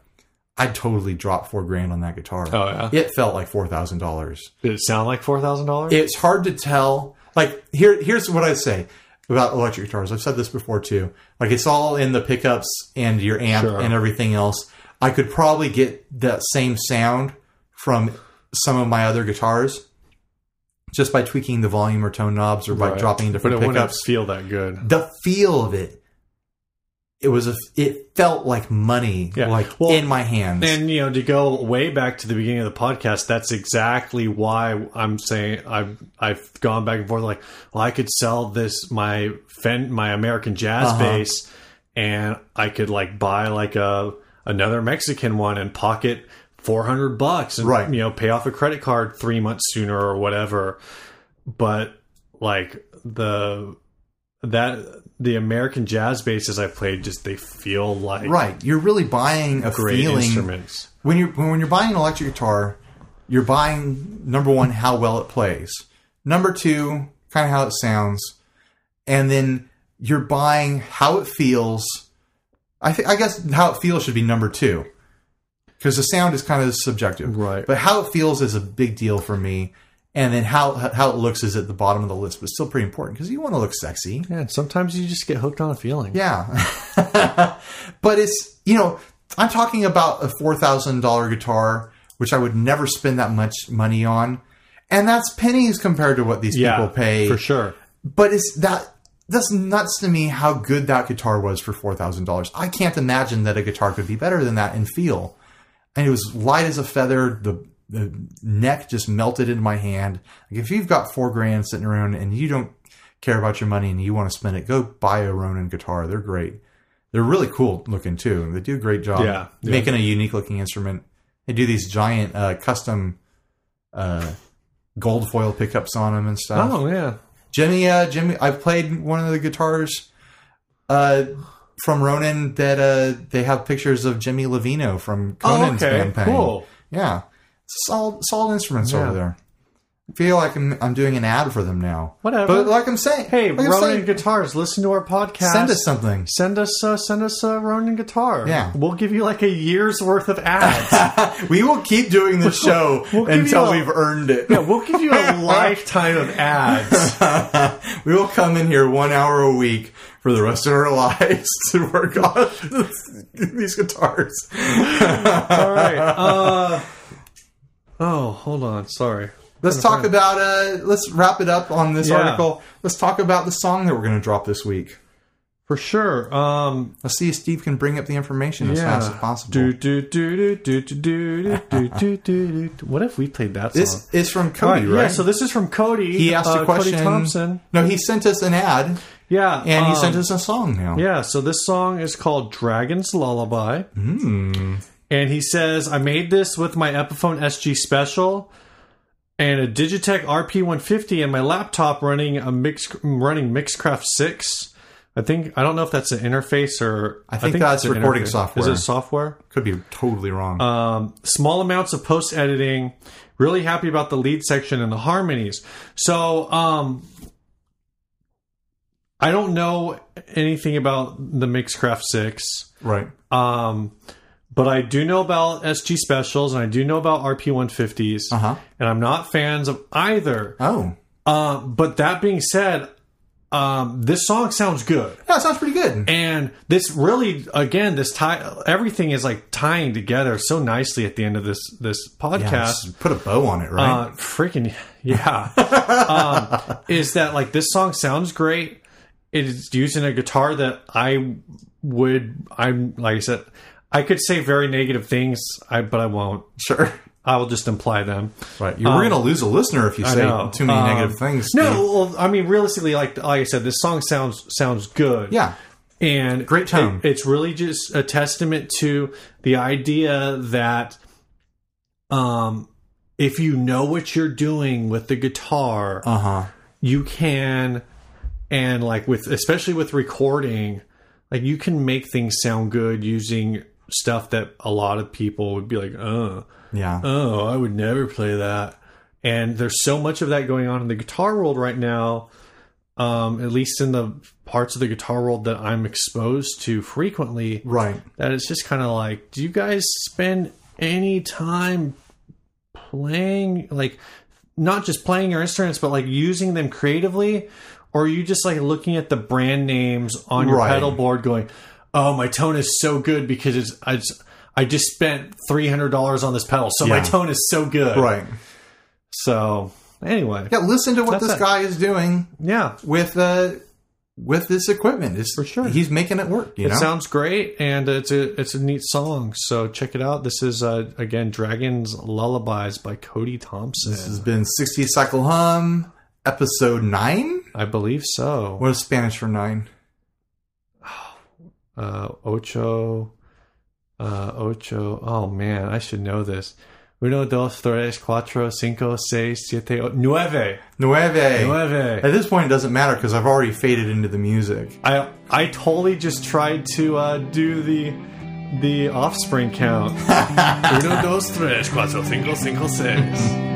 [SPEAKER 2] I'd totally drop four grand on that guitar.
[SPEAKER 1] oh yeah.
[SPEAKER 2] It felt like four thousand dollars.
[SPEAKER 1] Did it sound like four thousand dollars?
[SPEAKER 2] It's hard to tell. Like here, here's what I say about electric guitars. I've said this before too. Like it's all in the pickups and your amp
[SPEAKER 1] Sure.
[SPEAKER 2] and everything else. I could probably get that same sound from some of my other guitars just by tweaking the volume or tone knobs or by
[SPEAKER 1] Right.
[SPEAKER 2] dropping
[SPEAKER 1] But it
[SPEAKER 2] different
[SPEAKER 1] wouldn't
[SPEAKER 2] pickups.
[SPEAKER 1] feel that good.
[SPEAKER 2] The feel of it. It was a, it felt like money,
[SPEAKER 1] Yeah.
[SPEAKER 2] like
[SPEAKER 1] Well,
[SPEAKER 2] in my hands.
[SPEAKER 1] And you know, to go way back to the beginning of the podcast, that's exactly why I'm saying I've I've gone back and forth like, well, I could sell this my Fen my American jazz
[SPEAKER 2] Uh-huh.
[SPEAKER 1] bass and I could like buy like a another Mexican one and pocket four hundred bucks and
[SPEAKER 2] Right.
[SPEAKER 1] you know, pay off a credit card three months sooner or whatever. But like the that the American jazz basses I played just they feel like
[SPEAKER 2] right. You're really buying a
[SPEAKER 1] great
[SPEAKER 2] feeling
[SPEAKER 1] instruments.
[SPEAKER 2] when you're when you're buying an electric guitar, you're buying number one how well it plays, number two kind of how it sounds, and then you're buying how it feels. I think I guess how it feels should be number two because the sound is kind of subjective,
[SPEAKER 1] Right.
[SPEAKER 2] But how it feels is a big deal for me, And then how how it looks is at the bottom of the list, but still pretty important because you want to look sexy.
[SPEAKER 1] Yeah, sometimes you just get hooked on a feeling.
[SPEAKER 2] Yeah. but it's, you know, I'm talking about a $4,000 guitar, which I would never spend that much money on. And that's pennies compared to what these people pay.
[SPEAKER 1] for sure.
[SPEAKER 2] But it's that, that's nuts to me how good that guitar was for $4,000. I can't imagine that a guitar could be better than that in feel. And it was light as a feather. The, the neck just melted into my hand. Like if you've got four grand sitting around and you don't care about your money and you want to spend it, go buy a Ronin guitar. They're great. They're really cool looking too. They do a great job
[SPEAKER 1] Yeah, yeah.
[SPEAKER 2] making a unique looking instrument. They do these giant uh, custom uh, gold foil pickups on them and stuff.
[SPEAKER 1] Oh yeah,
[SPEAKER 2] Jimmy, uh, Jimmy, I played one of the guitars uh, from Ronin that uh, they have pictures of Jimmy Levino from Conan's band playing.
[SPEAKER 1] Oh, cool.
[SPEAKER 2] Yeah, it's solid, solid instruments
[SPEAKER 1] Yeah.
[SPEAKER 2] over there. I feel like I'm, I'm doing an ad for them now.
[SPEAKER 1] Whatever.
[SPEAKER 2] But like I'm saying,
[SPEAKER 1] Hey,
[SPEAKER 2] like I'm
[SPEAKER 1] Ronin
[SPEAKER 2] saying,
[SPEAKER 1] Guitars, listen to our podcast.
[SPEAKER 2] send us something.
[SPEAKER 1] Send us, uh, send us a Ronin guitar.
[SPEAKER 2] Yeah.
[SPEAKER 1] we'll give you like a year's worth of ads.
[SPEAKER 2] we will keep doing the show
[SPEAKER 1] we'll give
[SPEAKER 2] until
[SPEAKER 1] you a-
[SPEAKER 2] we've earned it.
[SPEAKER 1] yeah, we'll give you a lifetime of ads.
[SPEAKER 2] we will come in here one hour a week for the rest of our lives to work on these guitars.
[SPEAKER 1] All right. Uh, oh, hold on. Sorry.
[SPEAKER 2] Let's talk about. Uh, let's wrap it up on this
[SPEAKER 1] Yeah.
[SPEAKER 2] article. Let's talk about the song that we're going to drop this week.
[SPEAKER 1] For sure. Um,
[SPEAKER 2] Let's see if Steve can bring up the information as
[SPEAKER 1] yeah.
[SPEAKER 2] fast as possible.
[SPEAKER 1] Do do do do do do do do do do do. What if we played that song?
[SPEAKER 2] This is from
[SPEAKER 1] All
[SPEAKER 2] Cody, right?
[SPEAKER 1] Yeah. So this is from Cody.
[SPEAKER 2] he asked
[SPEAKER 1] uh,
[SPEAKER 2] a question.
[SPEAKER 1] Cody Thompson.
[SPEAKER 2] No, he sent us an ad
[SPEAKER 1] Yeah.
[SPEAKER 2] and he
[SPEAKER 1] um,
[SPEAKER 2] sent us a song now.
[SPEAKER 1] Yeah, so this song is called Dragon's Lullaby.
[SPEAKER 2] Hmm.
[SPEAKER 1] And he says, I made this with my Epiphone SG Special and a Digitech RP150 and my laptop running a mix running Mixcraft 6. I think I don't know if that's an interface or I
[SPEAKER 2] think that's
[SPEAKER 1] it's an
[SPEAKER 2] recording
[SPEAKER 1] interface.
[SPEAKER 2] software.
[SPEAKER 1] Is it software?
[SPEAKER 2] Could be totally wrong.
[SPEAKER 1] um, small amounts of post editing. Really happy about the lead section and the harmonies. So um, I don't know anything about the Mixcraft Six,
[SPEAKER 2] right.
[SPEAKER 1] um, but I do know about SG Specials and I do know about RP 150s,
[SPEAKER 2] Uh-huh.
[SPEAKER 1] and I'm not fans of either.
[SPEAKER 2] Oh.
[SPEAKER 1] Uh, but that being said, um, this song sounds good
[SPEAKER 2] Yeah, it sounds pretty good.
[SPEAKER 1] and this really again this tie everything is like tying together so nicely at the end of this this
[SPEAKER 2] Yeah,
[SPEAKER 1] podcast
[SPEAKER 2] just put a bow on it, right?
[SPEAKER 1] uh freaking yeah um, is that like this song sounds great it is using a guitar that i would i'm like i said i could say very negative things i but i won't
[SPEAKER 2] sure.
[SPEAKER 1] i will just imply them
[SPEAKER 2] Right. You, we're going to lose a listener if you say
[SPEAKER 1] uh, know.
[SPEAKER 2] too many
[SPEAKER 1] Um,
[SPEAKER 2] negative things. Steve.
[SPEAKER 1] no well, i mean realistically like like i said this song sounds sounds good
[SPEAKER 2] Yeah.
[SPEAKER 1] and
[SPEAKER 2] Great tone.
[SPEAKER 1] it- it's really just a testament to the idea that um if you know what you're doing with the guitar
[SPEAKER 2] Uh huh.
[SPEAKER 1] you can and like with especially with recording like you can make things sound good using stuff that a lot of people would be like oh
[SPEAKER 2] Yeah.
[SPEAKER 1] oh, I would never play that. And there's so much of that going on in the guitar world right now, um, at least in the parts of the guitar world that I'm exposed to frequently,
[SPEAKER 2] right.
[SPEAKER 1] that it's just kind of like, do you guys spend any time playing, like, not just playing your instruments, but like using them creatively? Or are you just like looking at the brand names on your
[SPEAKER 2] Right.
[SPEAKER 1] pedal board going, oh, my tone is so good because it's, I just, I just spent $300 on this pedal, so my
[SPEAKER 2] Yeah.
[SPEAKER 1] tone is so good.
[SPEAKER 2] Right.
[SPEAKER 1] So, anyway,
[SPEAKER 2] Yeah. Listen to what
[SPEAKER 1] That's
[SPEAKER 2] this
[SPEAKER 1] it.
[SPEAKER 2] guy is doing
[SPEAKER 1] yeah,
[SPEAKER 2] with uh with this equipment. It's, For
[SPEAKER 1] sure.
[SPEAKER 2] He's making it work. You
[SPEAKER 1] it
[SPEAKER 2] know.
[SPEAKER 1] sounds great, and it's a it's a neat song. So check it out. This is uh, again "Dragons Lullabies" by Cody Thompson.
[SPEAKER 2] this has been 60 cycle hum episode nine.
[SPEAKER 1] I believe so.
[SPEAKER 2] What is Spanish for nine?
[SPEAKER 1] Uh, ocho, uh, ocho. Oh man, I should know this. Uno, dos, tres, cuatro, cinco, seis, siete, o- nueve,
[SPEAKER 2] Nueve. At
[SPEAKER 1] nueve.
[SPEAKER 2] this point, it doesn't matter because I've already faded into the music.
[SPEAKER 1] I I totally just tried to uh, do the the offspring count. Uno, dos, tres, cuatro, cinco, cinco, seis.